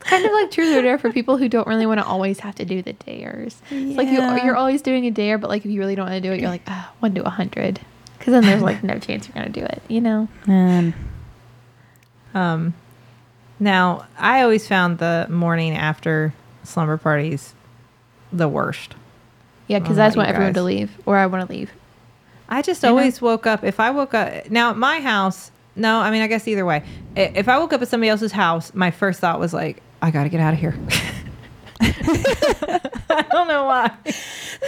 [SPEAKER 1] kind of like truth or dare for people who don't really want to always have to do the dares. It's like you,
[SPEAKER 3] Yeah.
[SPEAKER 1] you're always doing a dare, but like if you really don't want to do it, you're like, ah, one to a hundred, because then there's like no chance you're gonna do it. You know?
[SPEAKER 3] Man.
[SPEAKER 2] Um, now, I always found the morning after slumber parties the worst.
[SPEAKER 1] Yeah, because
[SPEAKER 3] Oh,
[SPEAKER 2] Well,
[SPEAKER 1] I just
[SPEAKER 2] not
[SPEAKER 1] want
[SPEAKER 2] you
[SPEAKER 1] everyone to
[SPEAKER 2] guys.
[SPEAKER 1] leave, or I want to leave.
[SPEAKER 2] I just
[SPEAKER 1] I know.
[SPEAKER 2] always woke up. If I woke up now at my house, no, I mean, I guess either way. I- If I woke up at somebody else's house, my first thought was like, I got to get out of here. <laughs> I don't know why.
[SPEAKER 3] <laughs>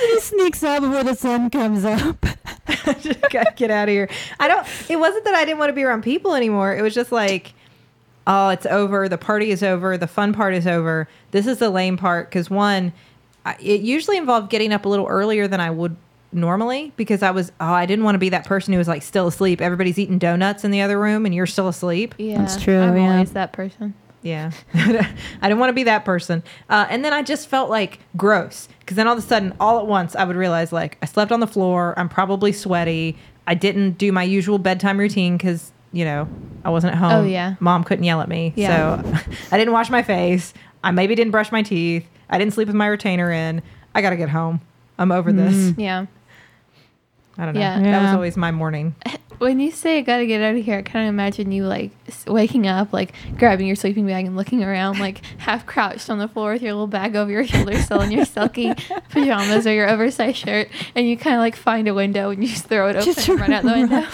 [SPEAKER 3] He sneaks out before the sun comes up.
[SPEAKER 2] I just got to <laughs> get out of here. I don't, it wasn't that I didn't want to be around people anymore. It was just like, oh, it's over. The party is over. The fun part is over. This is the lame part because one, I, it usually involved getting up a little earlier than I would normally because I was, oh, I didn't want to be that person who was like still asleep. Everybody's eating donuts in the other room and you're still asleep.
[SPEAKER 1] Yeah,
[SPEAKER 3] That's true,
[SPEAKER 1] I'm
[SPEAKER 3] yeah.
[SPEAKER 1] always that person.
[SPEAKER 2] Yeah. <laughs> I didn't want to be that person. Uh, and then I just felt like gross because then all of a sudden, all at once, I would realize like I slept on the floor. I'm probably sweaty. I didn't do my usual bedtime routine because, you know, I wasn't at
[SPEAKER 1] Oh,
[SPEAKER 2] home.
[SPEAKER 1] yeah.
[SPEAKER 2] Mom couldn't yell at me.
[SPEAKER 1] Yeah.
[SPEAKER 2] So <laughs> I didn't wash my face. I maybe didn't brush my teeth. I didn't sleep with my retainer in. I got to get home. I'm over this.
[SPEAKER 1] Yeah.
[SPEAKER 2] I don't know.
[SPEAKER 1] Mm. Yeah.
[SPEAKER 2] That was
[SPEAKER 3] Yeah.
[SPEAKER 2] always my morning.
[SPEAKER 1] When you say I gotta get out of here, I kind of imagine you like s- waking up, like grabbing your sleeping bag and looking around,
[SPEAKER 3] <laughs>
[SPEAKER 1] like half crouched on the floor with your little bag over your shoulder, still in your
[SPEAKER 3] <laughs>
[SPEAKER 1] silky pajamas or your oversized shirt, and you kind of like find a window and you just throw it open
[SPEAKER 3] Just
[SPEAKER 1] and run out the window.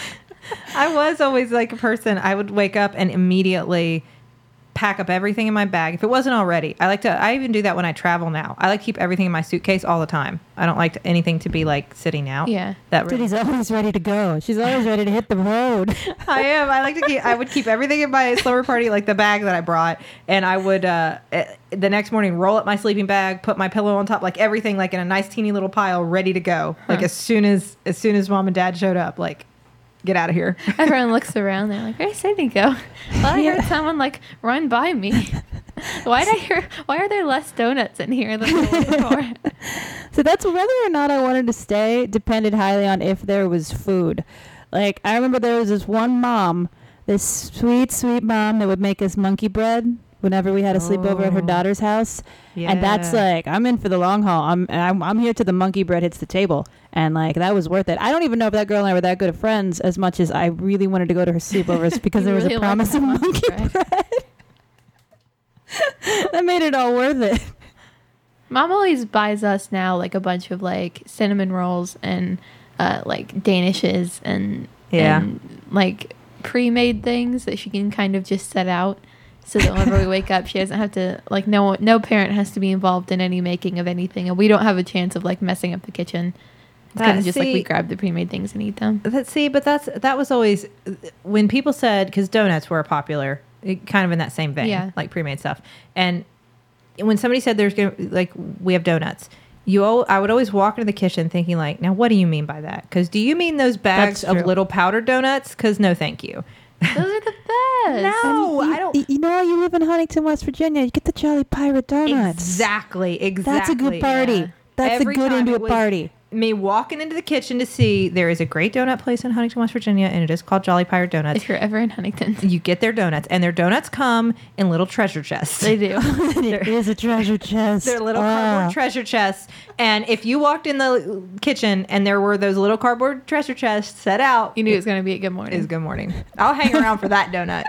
[SPEAKER 2] I was always like a person. I would wake up and immediately pack up everything in my bag if it wasn't already. I like to. I even do that when I travel now. I like to keep everything in my suitcase all the time. I don't like to, anything to be like sitting out.
[SPEAKER 1] <laughs> Yeah.
[SPEAKER 2] that really
[SPEAKER 3] She's always ready to go. She's always ready to hit the road. <laughs>
[SPEAKER 2] I am. I like to keep. I would keep everything in my slumber party, like the bag that I brought, and I would uh, eh, the next morning roll up my sleeping bag, put my pillow on top, like everything, like in a nice teeny little pile, ready to go. Like as soon as as soon as mom and dad showed up, like get out of here.
[SPEAKER 1] Everyone looks around. They're like, "Where's Sydney
[SPEAKER 3] <laughs>
[SPEAKER 1] go?" Well, I heard someone like run by me. why did I hear? Why are there less donuts in here than
[SPEAKER 3] <laughs>
[SPEAKER 1] there were before?
[SPEAKER 3] So that's whether or not I wanted to stay depended highly on if there was food. Like I remember there was this one mom, this sweet, sweet mom that would make us monkey bread whenever we had a sleepover at her
[SPEAKER 2] Oh.
[SPEAKER 3] daughter's house. And that's uh,
[SPEAKER 2] Yeah.
[SPEAKER 3] like I'm in for the long haul. I'm, I'm I'm here till the monkey bread hits the table. And like that was worth it. I don't even know if that girl and I were that good of friends as much as I really wanted to go to
[SPEAKER 1] <laughs>
[SPEAKER 3] her sleepovers because
[SPEAKER 1] You
[SPEAKER 3] there was
[SPEAKER 1] really
[SPEAKER 3] a
[SPEAKER 1] liked
[SPEAKER 3] promise
[SPEAKER 1] that
[SPEAKER 3] of
[SPEAKER 1] monkey
[SPEAKER 3] monkey
[SPEAKER 1] bread.
[SPEAKER 3] bread. <laughs> that made it all worth it.
[SPEAKER 1] Mom always buys us now like a bunch of like cinnamon rolls and uh, like danishes and
[SPEAKER 2] Yeah.
[SPEAKER 1] and, like pre-made things that she can kind of just set out so that whenever we <laughs> wake up she doesn't have to like no no parent has to be involved in any making of anything and we don't have a chance of like messing up the kitchen. It's kind
[SPEAKER 2] That-
[SPEAKER 1] of just like we
[SPEAKER 2] see-
[SPEAKER 1] grab the pre-made things and eat them.
[SPEAKER 2] That see, but that's that was always when people said because donuts were popular, it- kind of in that same vein,
[SPEAKER 1] Yeah.
[SPEAKER 2] like pre-made stuff. And when somebody said there's gonna like we have donuts, you all, I would always walk into the kitchen thinking like, now what do you mean by that? Because do you mean those bags
[SPEAKER 3] That's
[SPEAKER 2] of
[SPEAKER 3] true.
[SPEAKER 2] little powdered donuts? Because no, thank
[SPEAKER 3] <laughs>
[SPEAKER 2] you.
[SPEAKER 1] Those are the best.
[SPEAKER 2] No. Oh, I don't-
[SPEAKER 3] y- You know, you live in Huntington, West Virginia. You get the Jolly Pirate donuts.
[SPEAKER 2] Exactly, exactly.
[SPEAKER 3] That's a good party.
[SPEAKER 1] yeah.
[SPEAKER 3] That's
[SPEAKER 2] Every
[SPEAKER 3] a good
[SPEAKER 2] time
[SPEAKER 3] into
[SPEAKER 2] it
[SPEAKER 3] a
[SPEAKER 2] was <laughs>
[SPEAKER 3] party.
[SPEAKER 2] Me walking into the kitchen to see there is a great donut place in Huntington, West Virginia, and it is called Jolly Pirate Donuts.
[SPEAKER 1] If you're ever in Huntington,
[SPEAKER 2] You get their donuts, and their donuts come in little treasure chests.
[SPEAKER 1] they <laughs> do.
[SPEAKER 3] it is a treasure
[SPEAKER 2] <laughs>
[SPEAKER 3] chest.
[SPEAKER 2] They're little
[SPEAKER 3] Ah.
[SPEAKER 2] cardboard treasure chests. And if you walked in the kitchen and there were those little cardboard treasure chests set out,
[SPEAKER 1] You knew it was gonna be a good morning.
[SPEAKER 2] is good morning. Uh, I'll hang around for that <laughs> donut.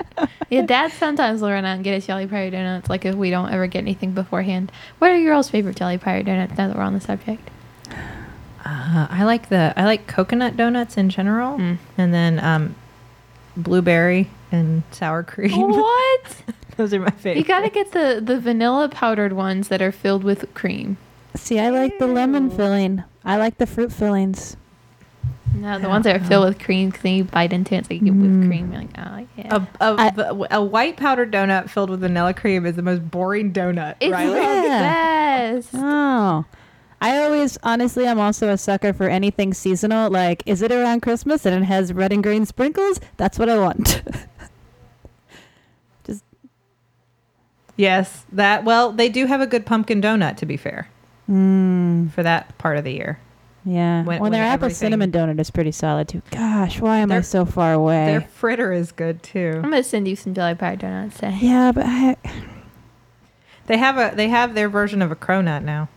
[SPEAKER 1] Yeah, Dad sometimes will run out and get us Jelly Pirate donuts, like if we don't ever get anything beforehand. What are your all's favorite Jelly Pirate donuts? Now that we're on the subject,
[SPEAKER 2] Uh, I like the I like coconut donuts in general, and then um, blueberry and sour cream.
[SPEAKER 1] what
[SPEAKER 2] <laughs> those are my
[SPEAKER 1] you
[SPEAKER 3] <laughs>
[SPEAKER 2] favorite.
[SPEAKER 1] gotta get the the vanilla powdered ones that are filled with cream.
[SPEAKER 3] See, I like the lemon filling. I like the fruit fillings.
[SPEAKER 1] No, the ones that are filled with cream because then you bite into it, it's like you get
[SPEAKER 3] Mm.
[SPEAKER 1] whipped cream. You're like, oh yeah,
[SPEAKER 2] a, a, a white powdered donut filled with vanilla cream is the most boring donut.
[SPEAKER 1] it's
[SPEAKER 2] Riley.
[SPEAKER 1] the
[SPEAKER 3] Yeah.
[SPEAKER 1] best.
[SPEAKER 3] Oh. I always, honestly, I'm also a sucker for anything seasonal. Like, is it around Christmas and it has red and green sprinkles? That's what I want. <laughs>
[SPEAKER 2] Yes, that. Well, they do have a good pumpkin donut. To be fair,
[SPEAKER 3] mm,
[SPEAKER 2] for that part of the year.
[SPEAKER 3] yeah.
[SPEAKER 2] When-
[SPEAKER 3] When,
[SPEAKER 2] when
[SPEAKER 3] their apple
[SPEAKER 2] everything-
[SPEAKER 3] cinnamon donut is pretty solid, too. Gosh, why am I
[SPEAKER 2] They're-
[SPEAKER 3] so far away?
[SPEAKER 2] Their fritter is good
[SPEAKER 1] I'm
[SPEAKER 2] too.
[SPEAKER 1] gonna send you some Jelly Pirate donuts. eh? Say,
[SPEAKER 3] Yeah, but I,
[SPEAKER 2] They have a they have their version of a cronut now.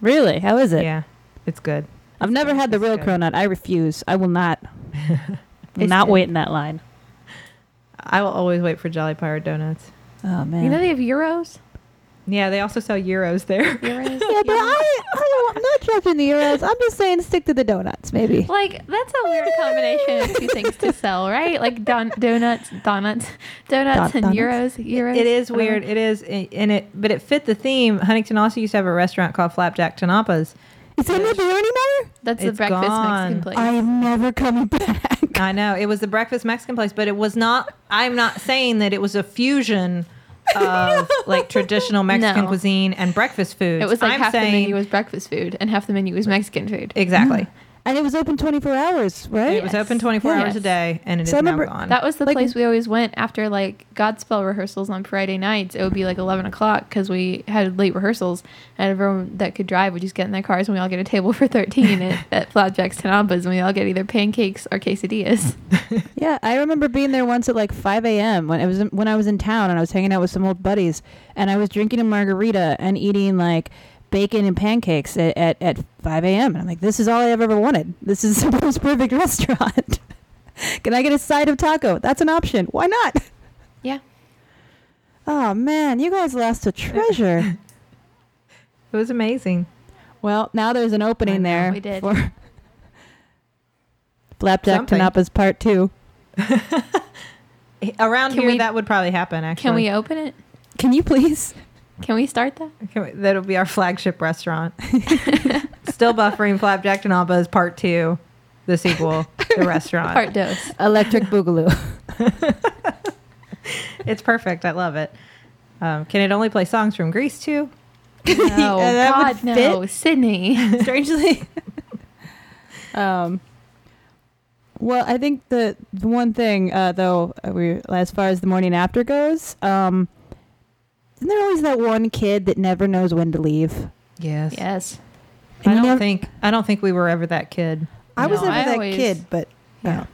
[SPEAKER 3] really, how is it?
[SPEAKER 2] Yeah, it's good.
[SPEAKER 3] I've never had the
[SPEAKER 2] It's
[SPEAKER 3] real
[SPEAKER 2] good.
[SPEAKER 3] cronut. I refuse. I
[SPEAKER 2] <laughs>
[SPEAKER 3] will not. will
[SPEAKER 1] It's
[SPEAKER 3] not
[SPEAKER 1] good.
[SPEAKER 3] wait in that line.
[SPEAKER 2] I will always wait for Jolly Pirate donuts.
[SPEAKER 3] Oh man.
[SPEAKER 1] you know they have euros.
[SPEAKER 2] Yeah, they also sell euros there.
[SPEAKER 1] Euros.
[SPEAKER 3] <laughs> yeah, but I, I am not judging the euros. I'm just saying stick to the donuts, maybe.
[SPEAKER 1] Like that's a weird combination of two things to sell, right? Like don- donuts, donuts, donuts,
[SPEAKER 3] Don-
[SPEAKER 1] and euros, euros.
[SPEAKER 3] donuts.
[SPEAKER 1] Uh-huh.
[SPEAKER 2] It
[SPEAKER 3] Oh.
[SPEAKER 2] is
[SPEAKER 1] whatever.
[SPEAKER 2] weird. It is, and it but it fit the theme. Huntington also used to have a restaurant called Flapjack Tanapas.
[SPEAKER 3] Is it not there anymore?
[SPEAKER 1] That's the
[SPEAKER 2] It's
[SPEAKER 1] breakfast
[SPEAKER 2] gone.
[SPEAKER 1] Mexican place.
[SPEAKER 3] I am never coming back.
[SPEAKER 2] I know it was the breakfast Mexican place, but it was not. I'm not saying that it was a fusion of like traditional Mexican
[SPEAKER 1] No.
[SPEAKER 2] cuisine and breakfast food.
[SPEAKER 1] it was like
[SPEAKER 2] I'm
[SPEAKER 1] half the
[SPEAKER 2] saying
[SPEAKER 1] menu was breakfast food and half the menu was Mexican food.
[SPEAKER 2] exactly.
[SPEAKER 3] And it was open 24 hours,
[SPEAKER 2] And
[SPEAKER 3] right?
[SPEAKER 2] It was open 24 hours a
[SPEAKER 1] Yes.
[SPEAKER 2] day, and it is
[SPEAKER 3] So I remember-
[SPEAKER 2] now gone.
[SPEAKER 1] That was the
[SPEAKER 3] Like-
[SPEAKER 1] place we always went after like Godspell rehearsals on Friday nights. It would be like eleven o'clock because we had late rehearsals, and everyone that could drive would just get in their cars and we all get a table for thirteen
[SPEAKER 2] <laughs>
[SPEAKER 1] at, at Flapjack's Tanabas, and we all get either pancakes or quesadillas.
[SPEAKER 3] Yeah, I remember being there once at like 5 a.m. when it was when I was in town and I was hanging out with some old buddies and I was drinking a margarita and eating like bacon and pancakes at at, at 5 a.m. And I'm like, this is all I have ever wanted. This is the <laughs> most perfect restaurant. <laughs> Can I get a side of taco? That's an option. Why not?
[SPEAKER 1] Yeah.
[SPEAKER 3] Oh man, you guys lost a treasure.
[SPEAKER 2] it was amazing.
[SPEAKER 3] <laughs> well, now there's an
[SPEAKER 1] I
[SPEAKER 3] opening
[SPEAKER 1] know,
[SPEAKER 3] there.
[SPEAKER 1] we did.
[SPEAKER 3] <laughs> For Flapjack
[SPEAKER 2] Something.
[SPEAKER 3] Tanapa's part two.
[SPEAKER 2] Around
[SPEAKER 1] Can
[SPEAKER 2] here,
[SPEAKER 1] we-
[SPEAKER 2] that would probably happen. Actually,
[SPEAKER 1] Can we uh, open it?
[SPEAKER 3] Can you please?
[SPEAKER 1] Can we start that?
[SPEAKER 2] Can we- that'll be our
[SPEAKER 1] <laughs>
[SPEAKER 2] flagship restaurant. Still buffering flapjack and Alba's part two, the sequel, the
[SPEAKER 1] <laughs>
[SPEAKER 2] restaurant.
[SPEAKER 1] Part dose.
[SPEAKER 3] Electric Boogaloo.
[SPEAKER 2] It's perfect. I love it. Um, can it only play songs from Greece too?
[SPEAKER 1] No,
[SPEAKER 2] <laughs>
[SPEAKER 3] <laughs> Yeah, that would
[SPEAKER 1] God, no, Sydney. <laughs>
[SPEAKER 3] strangely. um, well, I think the, the one thing, uh, though, uh, we as far as the morning after goes, um, isn't there always that one kid that never knows when to leave?
[SPEAKER 2] Yes.
[SPEAKER 1] Yes.
[SPEAKER 3] And
[SPEAKER 2] I
[SPEAKER 3] you
[SPEAKER 2] don't
[SPEAKER 3] never-
[SPEAKER 2] think I don't think we were ever that kid.
[SPEAKER 3] I was
[SPEAKER 1] No,
[SPEAKER 3] never
[SPEAKER 1] I
[SPEAKER 3] that
[SPEAKER 1] always-
[SPEAKER 3] kid, but
[SPEAKER 1] Yeah.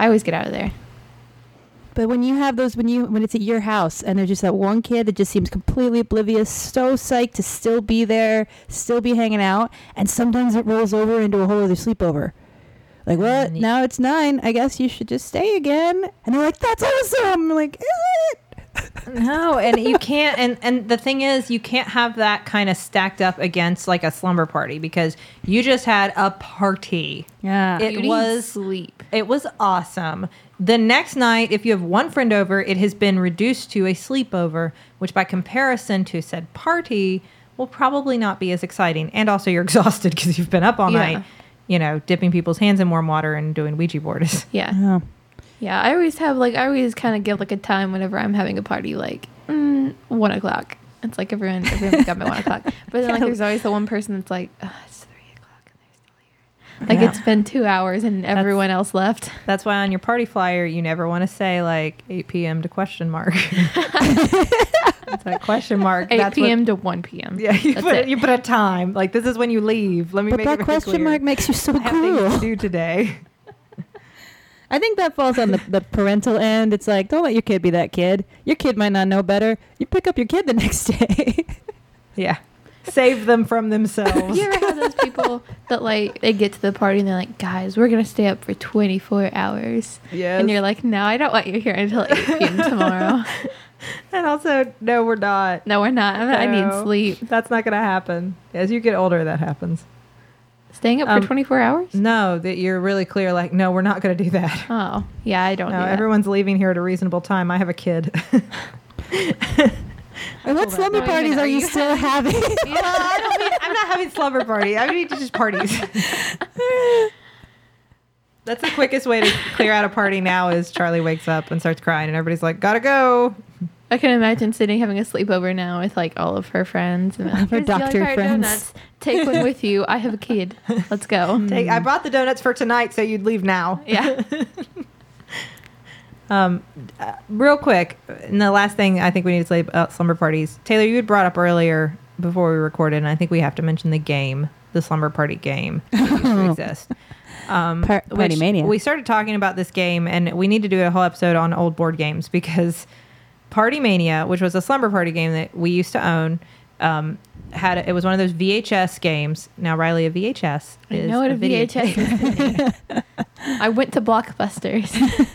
[SPEAKER 1] I always get out of there.
[SPEAKER 3] But when you have those, when you when it's at your house, and there's just that one kid that just seems completely oblivious, so psyched to still be there, still be hanging out, and sometimes it rolls over into a whole other sleepover. Like what?
[SPEAKER 2] And you-
[SPEAKER 3] now it's nine. I guess you should just stay again. And they're like, "That's awesome!" I'm like, "Is
[SPEAKER 2] <laughs>
[SPEAKER 3] it?"
[SPEAKER 2] No, and you can't and and the thing is you can't have that kind of stacked up against like a slumber party because you just had a party.
[SPEAKER 3] Yeah.
[SPEAKER 2] It
[SPEAKER 1] You need
[SPEAKER 2] was-
[SPEAKER 1] sleep.
[SPEAKER 2] It was awesome. The next night, if you have one friend over, it has been reduced to a sleepover, which by comparison to said party will probably not be as exciting. And also, you're <laughs> exhausted because you've been up all
[SPEAKER 1] Yeah.
[SPEAKER 2] night, you know, dipping people's hands in warm water and doing Ouija boards.
[SPEAKER 1] Yeah.
[SPEAKER 3] yeah.
[SPEAKER 1] Yeah, I always have like I always kind of give like a time whenever I'm having a party, like mm, one o'clock. It's like everyone everyone's got
[SPEAKER 2] <laughs>
[SPEAKER 1] by one o'clock, but then like there's always the one person that's like, oh, it's three o'clock and they're still here. Like
[SPEAKER 2] Yeah.
[SPEAKER 1] it's been two hours and everyone else left.
[SPEAKER 2] That's why on your party flyer, you never want to say like 8 p.m. to
[SPEAKER 1] <laughs>
[SPEAKER 2] question mark. it's like question mark.
[SPEAKER 1] Eight
[SPEAKER 2] that's what-
[SPEAKER 1] p.m. to one p.m.
[SPEAKER 2] yeah, you
[SPEAKER 1] That's
[SPEAKER 2] put,
[SPEAKER 1] it.
[SPEAKER 2] you put a time. Like, this is when you leave. Let me
[SPEAKER 3] But
[SPEAKER 2] make it
[SPEAKER 3] that
[SPEAKER 2] very
[SPEAKER 3] question
[SPEAKER 2] clear.
[SPEAKER 3] mark makes you so
[SPEAKER 2] <laughs> I have things to
[SPEAKER 3] cool.
[SPEAKER 2] do today. <laughs>
[SPEAKER 3] I think that falls on the, the parental end. It's like, don't let your kid be that kid. Your kid might not know better. You pick up your kid the <laughs> next day.
[SPEAKER 2] Yeah. Save them from themselves.
[SPEAKER 1] <laughs> You ever have those people that like they get to the party and they're like, guys, we're gonna stay up for twenty four hours,
[SPEAKER 2] Yes.
[SPEAKER 1] and you're like, no, I don't want you here until eight p.m.
[SPEAKER 2] <laughs>
[SPEAKER 1] tomorrow.
[SPEAKER 2] And also, no, we're not.
[SPEAKER 1] No, we're not. I need
[SPEAKER 2] No.
[SPEAKER 1] sleep.
[SPEAKER 2] That's not going to happen. As you get older, that happens.
[SPEAKER 1] Staying up
[SPEAKER 2] Um,
[SPEAKER 1] for twenty four hours.
[SPEAKER 2] No, that you're really clear. Like, no, we're not going to do that.
[SPEAKER 1] Oh, yeah, I don't.
[SPEAKER 2] No,
[SPEAKER 1] do that.
[SPEAKER 2] everyone's leaving here at a reasonable time. I have
[SPEAKER 1] <laughs>
[SPEAKER 2] a kid. <laughs>
[SPEAKER 3] what slumber
[SPEAKER 1] Not even
[SPEAKER 3] parties
[SPEAKER 1] are
[SPEAKER 3] are you
[SPEAKER 1] you
[SPEAKER 2] <laughs>
[SPEAKER 3] still having?
[SPEAKER 2] I don't mean, I'm not having slumber party. I mean just parties. <laughs> That's the quickest way to clear out a party now is Charlie wakes up and starts crying, and everybody's like, gotta go.
[SPEAKER 1] I can imagine Sydney having a sleepover now with like all of her friends
[SPEAKER 2] <laughs>
[SPEAKER 1] and
[SPEAKER 3] of her
[SPEAKER 1] "Here's the yellow
[SPEAKER 3] doctor
[SPEAKER 1] card
[SPEAKER 3] friends."
[SPEAKER 1] Donuts. Take one with you. I have a kid. Let's go.
[SPEAKER 2] <laughs> Take, I brought the donuts for tonight, so you'd leave now.
[SPEAKER 1] <laughs> Yeah.
[SPEAKER 2] Um, uh, real quick, and the last thing I think we need to say about slumber parties, Taylor, you had brought up earlier before we recorded, and I think we have to mention the game, the slumber party
[SPEAKER 3] <laughs>
[SPEAKER 2] game that used to exist. Um,
[SPEAKER 3] Par- Party
[SPEAKER 2] which
[SPEAKER 3] Mania.
[SPEAKER 2] We started talking about this game, and we need to do a whole episode on old board games <laughs> because Party Mania, which was a slumber party game that we used to own, um, had it was one of those VHS games. Now Riley, a VHS
[SPEAKER 1] I
[SPEAKER 2] is
[SPEAKER 1] know what a
[SPEAKER 2] video-
[SPEAKER 1] VHS is.
[SPEAKER 2] <laughs>
[SPEAKER 1] I went to Blockbusters.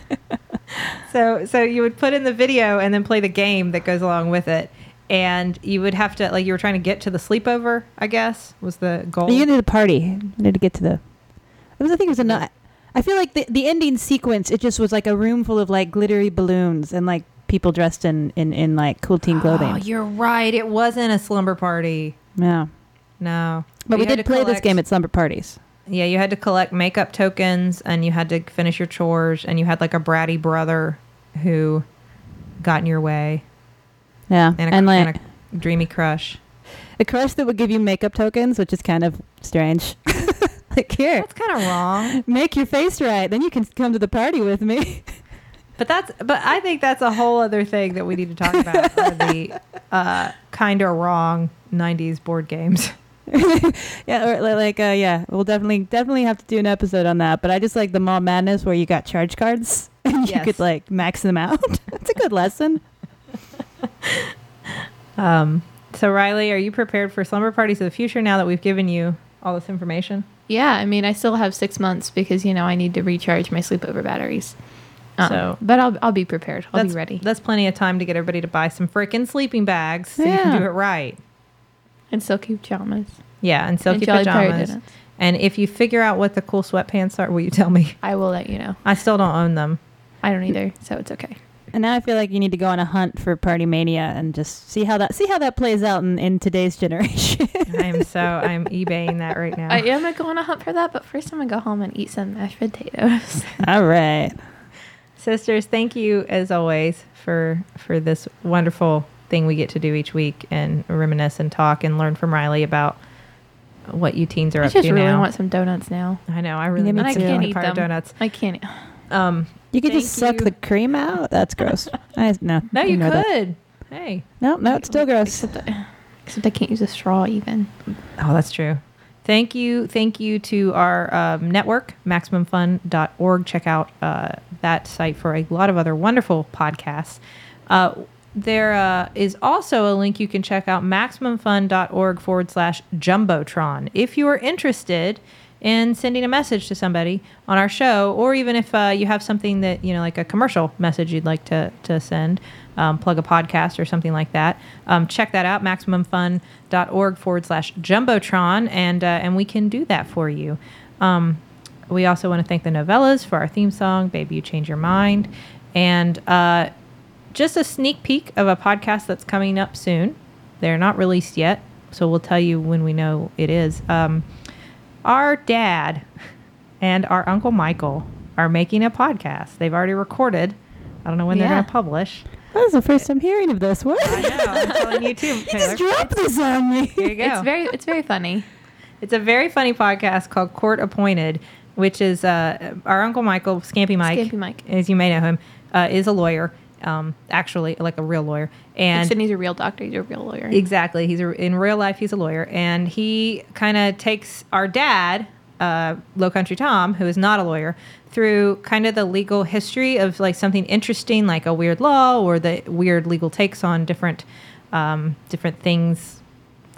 [SPEAKER 2] So so you would put in the video and then play the game that goes along with it. And you would have to like you were trying to get to the sleepover, I guess, was the goal.
[SPEAKER 3] You needed a party. You needed to get to the. It was. I think it was a nut. I feel like the the ending sequence. It just was like a room full of like glittery balloons and like people dressed in in in like cool teen
[SPEAKER 2] Oh,
[SPEAKER 3] clothing.
[SPEAKER 2] you're right. It wasn't a slumber party.
[SPEAKER 3] yeah.
[SPEAKER 2] No.
[SPEAKER 3] But we
[SPEAKER 2] You had
[SPEAKER 3] did
[SPEAKER 2] to
[SPEAKER 3] play this
[SPEAKER 2] collect-
[SPEAKER 3] game at slumber parties.
[SPEAKER 2] Yeah, you had to collect makeup tokens and you had to finish your chores and you had like a bratty brother who got in your way
[SPEAKER 3] Yeah,
[SPEAKER 2] and a,
[SPEAKER 3] and like
[SPEAKER 2] and a dreamy crush.
[SPEAKER 3] a crush that would give you makeup tokens, which is kind of strange. <laughs> like here,
[SPEAKER 2] That's kind of wrong.
[SPEAKER 3] make your face right, then you can come to the party with me. <laughs>
[SPEAKER 2] But that's but I think that's a whole other thing that we need to talk about are the uh, kind or wrong '90s board games.
[SPEAKER 3] Yeah, or li- like uh, yeah, we'll definitely definitely have to do an episode on that. But I just like the mall madness where you got charge cards and <laughs> you
[SPEAKER 2] Yes.
[SPEAKER 3] could like max them out. <laughs> It's a good lesson.
[SPEAKER 2] Um, so Riley, are you prepared for slumber parties of the future now that we've given you all this information?
[SPEAKER 1] yeah, I mean, I still have six months because you know I need to recharge my sleepover batteries. Um,
[SPEAKER 2] So-
[SPEAKER 1] but I'll I'll be prepared. I'll
[SPEAKER 2] that's
[SPEAKER 1] be ready.
[SPEAKER 2] That's plenty of time to get everybody to buy some freaking sleeping bags so you
[SPEAKER 3] Yeah.
[SPEAKER 2] can do it right.
[SPEAKER 1] And silky pajamas.
[SPEAKER 2] Yeah, and silky
[SPEAKER 1] And Jolly Pirate
[SPEAKER 2] pajamas.
[SPEAKER 1] donuts.
[SPEAKER 2] And if you figure out what the cool sweatpants are, will you tell me?
[SPEAKER 1] I will let you know.
[SPEAKER 2] I still don't own them.
[SPEAKER 1] I don't either, so it's okay.
[SPEAKER 3] And now I feel like you need to go on a hunt for party mania and just see how that see how that plays out in, in today's generation.
[SPEAKER 2] I'm so I'm eBaying that right now.
[SPEAKER 1] I am gonna go on a hunt for that, but first I'm gonna go home and eat some mashed potatoes.
[SPEAKER 3] <laughs>
[SPEAKER 1] <laughs>
[SPEAKER 3] All right.
[SPEAKER 2] Sisters, thank you as always for for this wonderful thing we get to do each week and reminisce and talk and learn from Riley about what you teens are
[SPEAKER 1] I
[SPEAKER 2] up
[SPEAKER 1] just
[SPEAKER 2] to
[SPEAKER 1] really
[SPEAKER 2] now.
[SPEAKER 1] want some donuts now.
[SPEAKER 2] I know. I really
[SPEAKER 3] Yeah, me
[SPEAKER 1] And
[SPEAKER 2] need
[SPEAKER 1] I
[SPEAKER 3] too.
[SPEAKER 2] some
[SPEAKER 1] can't
[SPEAKER 2] peanut
[SPEAKER 1] eat
[SPEAKER 2] butter
[SPEAKER 1] them.
[SPEAKER 2] donuts.
[SPEAKER 1] I can't. eat-
[SPEAKER 2] Um,
[SPEAKER 3] You could just
[SPEAKER 2] Thank
[SPEAKER 3] suck
[SPEAKER 2] you.
[SPEAKER 3] the cream out. That's
[SPEAKER 2] <laughs>
[SPEAKER 3] gross. I no.
[SPEAKER 2] no, you
[SPEAKER 3] ignore that.
[SPEAKER 2] could. Hey.
[SPEAKER 3] No, no, it's still gross.
[SPEAKER 1] Except I, except I can't use a straw even.
[SPEAKER 2] Oh, that's true. Thank you. Thank you to our um, network, MaximumFun.org. Check out uh, that site for a lot of other wonderful podcasts. Uh, there uh, is also a link you can check out, MaximumFun.org forward slash Jumbotron. If you are interested in sending a message to somebody on our show, or even if uh, you have something that, you know, like a commercial message you'd like to, to send, um, plug a podcast or something like that, um, check that out, MaximumFun.org forward slash Jumbotron, and, uh, and we can do that for you. Um, we also want to thank the novellas for our theme song, Baby You Change Your Mind. And uh, just a sneak peek of a podcast that's coming up soon. They're not released yet, so we'll tell you when we know it is. Um, our dad and our uncle Michael are making a podcast. They've already recorded. I don't know when they're
[SPEAKER 1] Yeah.
[SPEAKER 2] going to
[SPEAKER 1] <laughs>
[SPEAKER 2] publish.
[SPEAKER 3] That is the first I'm hearing of this. What? <laughs>
[SPEAKER 2] I know. I'm telling you too.
[SPEAKER 3] you just dropped this on
[SPEAKER 2] Here
[SPEAKER 3] me.
[SPEAKER 2] you go.
[SPEAKER 1] It's very it's very funny.
[SPEAKER 2] It's a very funny podcast called Court Appointed, which is uh, our uncle Michael Scampy Mike.
[SPEAKER 1] Scampy Mike.
[SPEAKER 2] as you may know him, uh, is a lawyer. Um, actually, like a real lawyer, and
[SPEAKER 1] Sydney's a real doctor. He's a real lawyer.
[SPEAKER 2] Exactly. He's a, in real life. He's a lawyer, and he kind of takes our dad, uh, Low Country Tom, who is not a lawyer, through kind of the legal history of like something interesting, like a weird law or the weird legal takes on different um, different things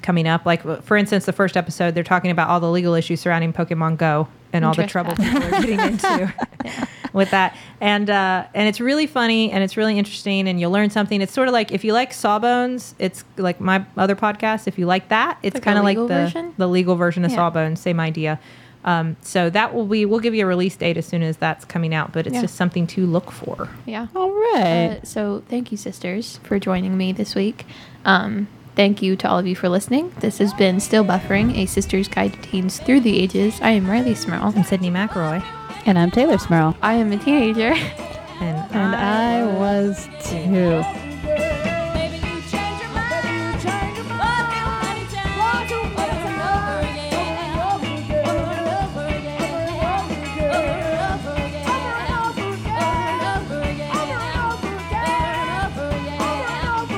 [SPEAKER 2] coming up. Like for instance, the first episode, they're talking about all the legal issues surrounding Pokemon Go and all the trouble
[SPEAKER 1] Interesting.
[SPEAKER 2] people are getting
[SPEAKER 1] <laughs>
[SPEAKER 2] into <laughs> with that. And uh, and it's really funny and it's really interesting and you'll learn something. It's sort of like if you like Sawbones, it's like my other podcast. If you like that, it's
[SPEAKER 1] Like a
[SPEAKER 2] kind of like the
[SPEAKER 1] legal version?
[SPEAKER 2] the legal version of
[SPEAKER 1] Yeah.
[SPEAKER 2] Sawbones. Same idea. Um, so that will be we'll give you a release date as soon as that's coming out. But it's
[SPEAKER 1] Yeah.
[SPEAKER 2] just something to look for.
[SPEAKER 1] Yeah.
[SPEAKER 3] <laughs> All right.
[SPEAKER 1] Uh, so thank you, sisters, for joining me this week. Um, thank you to all of you for listening. This has been Still Buffering, a sister's guide to teens through the ages. I am Riley Smurl.
[SPEAKER 2] <laughs> And Sydney McElroy
[SPEAKER 3] and I'm Taylor Smurl.
[SPEAKER 1] I am a teenager. <laughs>
[SPEAKER 2] and,
[SPEAKER 3] And I was too.
[SPEAKER 4] Maybe you change your mind. Maybe you change your mind. One to one to another again. Over and over again. Over and over again. Over and over again. Over and over again. Over and over again. Over and over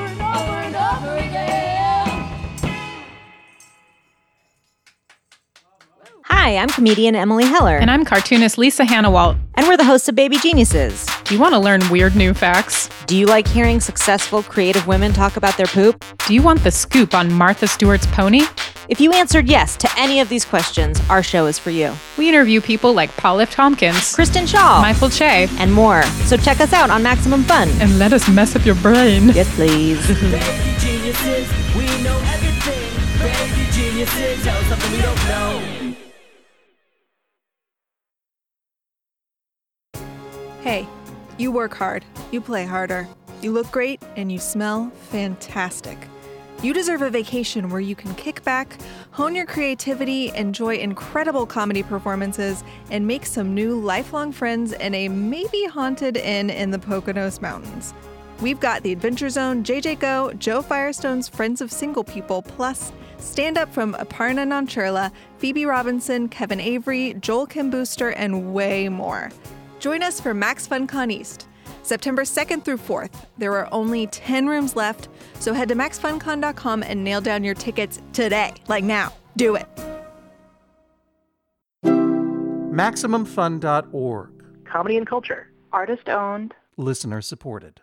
[SPEAKER 4] again. Over and over again.
[SPEAKER 5] Hi, I'm comedian Emily Heller,
[SPEAKER 6] And I'm cartoonist Lisa Hannawalt.
[SPEAKER 5] and we're the hosts of Baby Geniuses.
[SPEAKER 6] Do you want to learn weird new facts?
[SPEAKER 5] Do you like hearing successful, creative women talk about their poop?
[SPEAKER 6] Do you want the scoop on Martha Stewart's pony?
[SPEAKER 5] If you answered yes to any of these questions, our show is for you.
[SPEAKER 6] We interview people like Paul F. Tompkins,
[SPEAKER 5] Kristen Shaw,
[SPEAKER 6] Michael Che,
[SPEAKER 5] and more. So check us out on Maximum Fun.
[SPEAKER 6] and let us mess up your brain.
[SPEAKER 5] Yes, please.
[SPEAKER 7] Baby geniuses, we know everything. Baby geniuses, tell us something we don't know.
[SPEAKER 8] Hey, you work hard, you play harder, you look great, and you smell fantastic. You deserve a vacation where you can kick back, hone your creativity, enjoy incredible comedy performances, and make some new lifelong friends in a maybe haunted inn in the Poconos Mountains. We've got the Adventure Zone, JJ Go, Joe Firestone's Friends of Single People, plus stand up from Aparna Nancherla, Phoebe Robinson, Kevin Avery, Joel Kim Booster, and way more. Join us for Max FunCon East, September 2nd through 4th. There are only 10 rooms left, so head to maxfuncon.com and nail down your tickets today, like now. Do it.
[SPEAKER 9] MaximumFun.org.
[SPEAKER 10] comedy and culture. Artist owned.
[SPEAKER 9] Listener supported.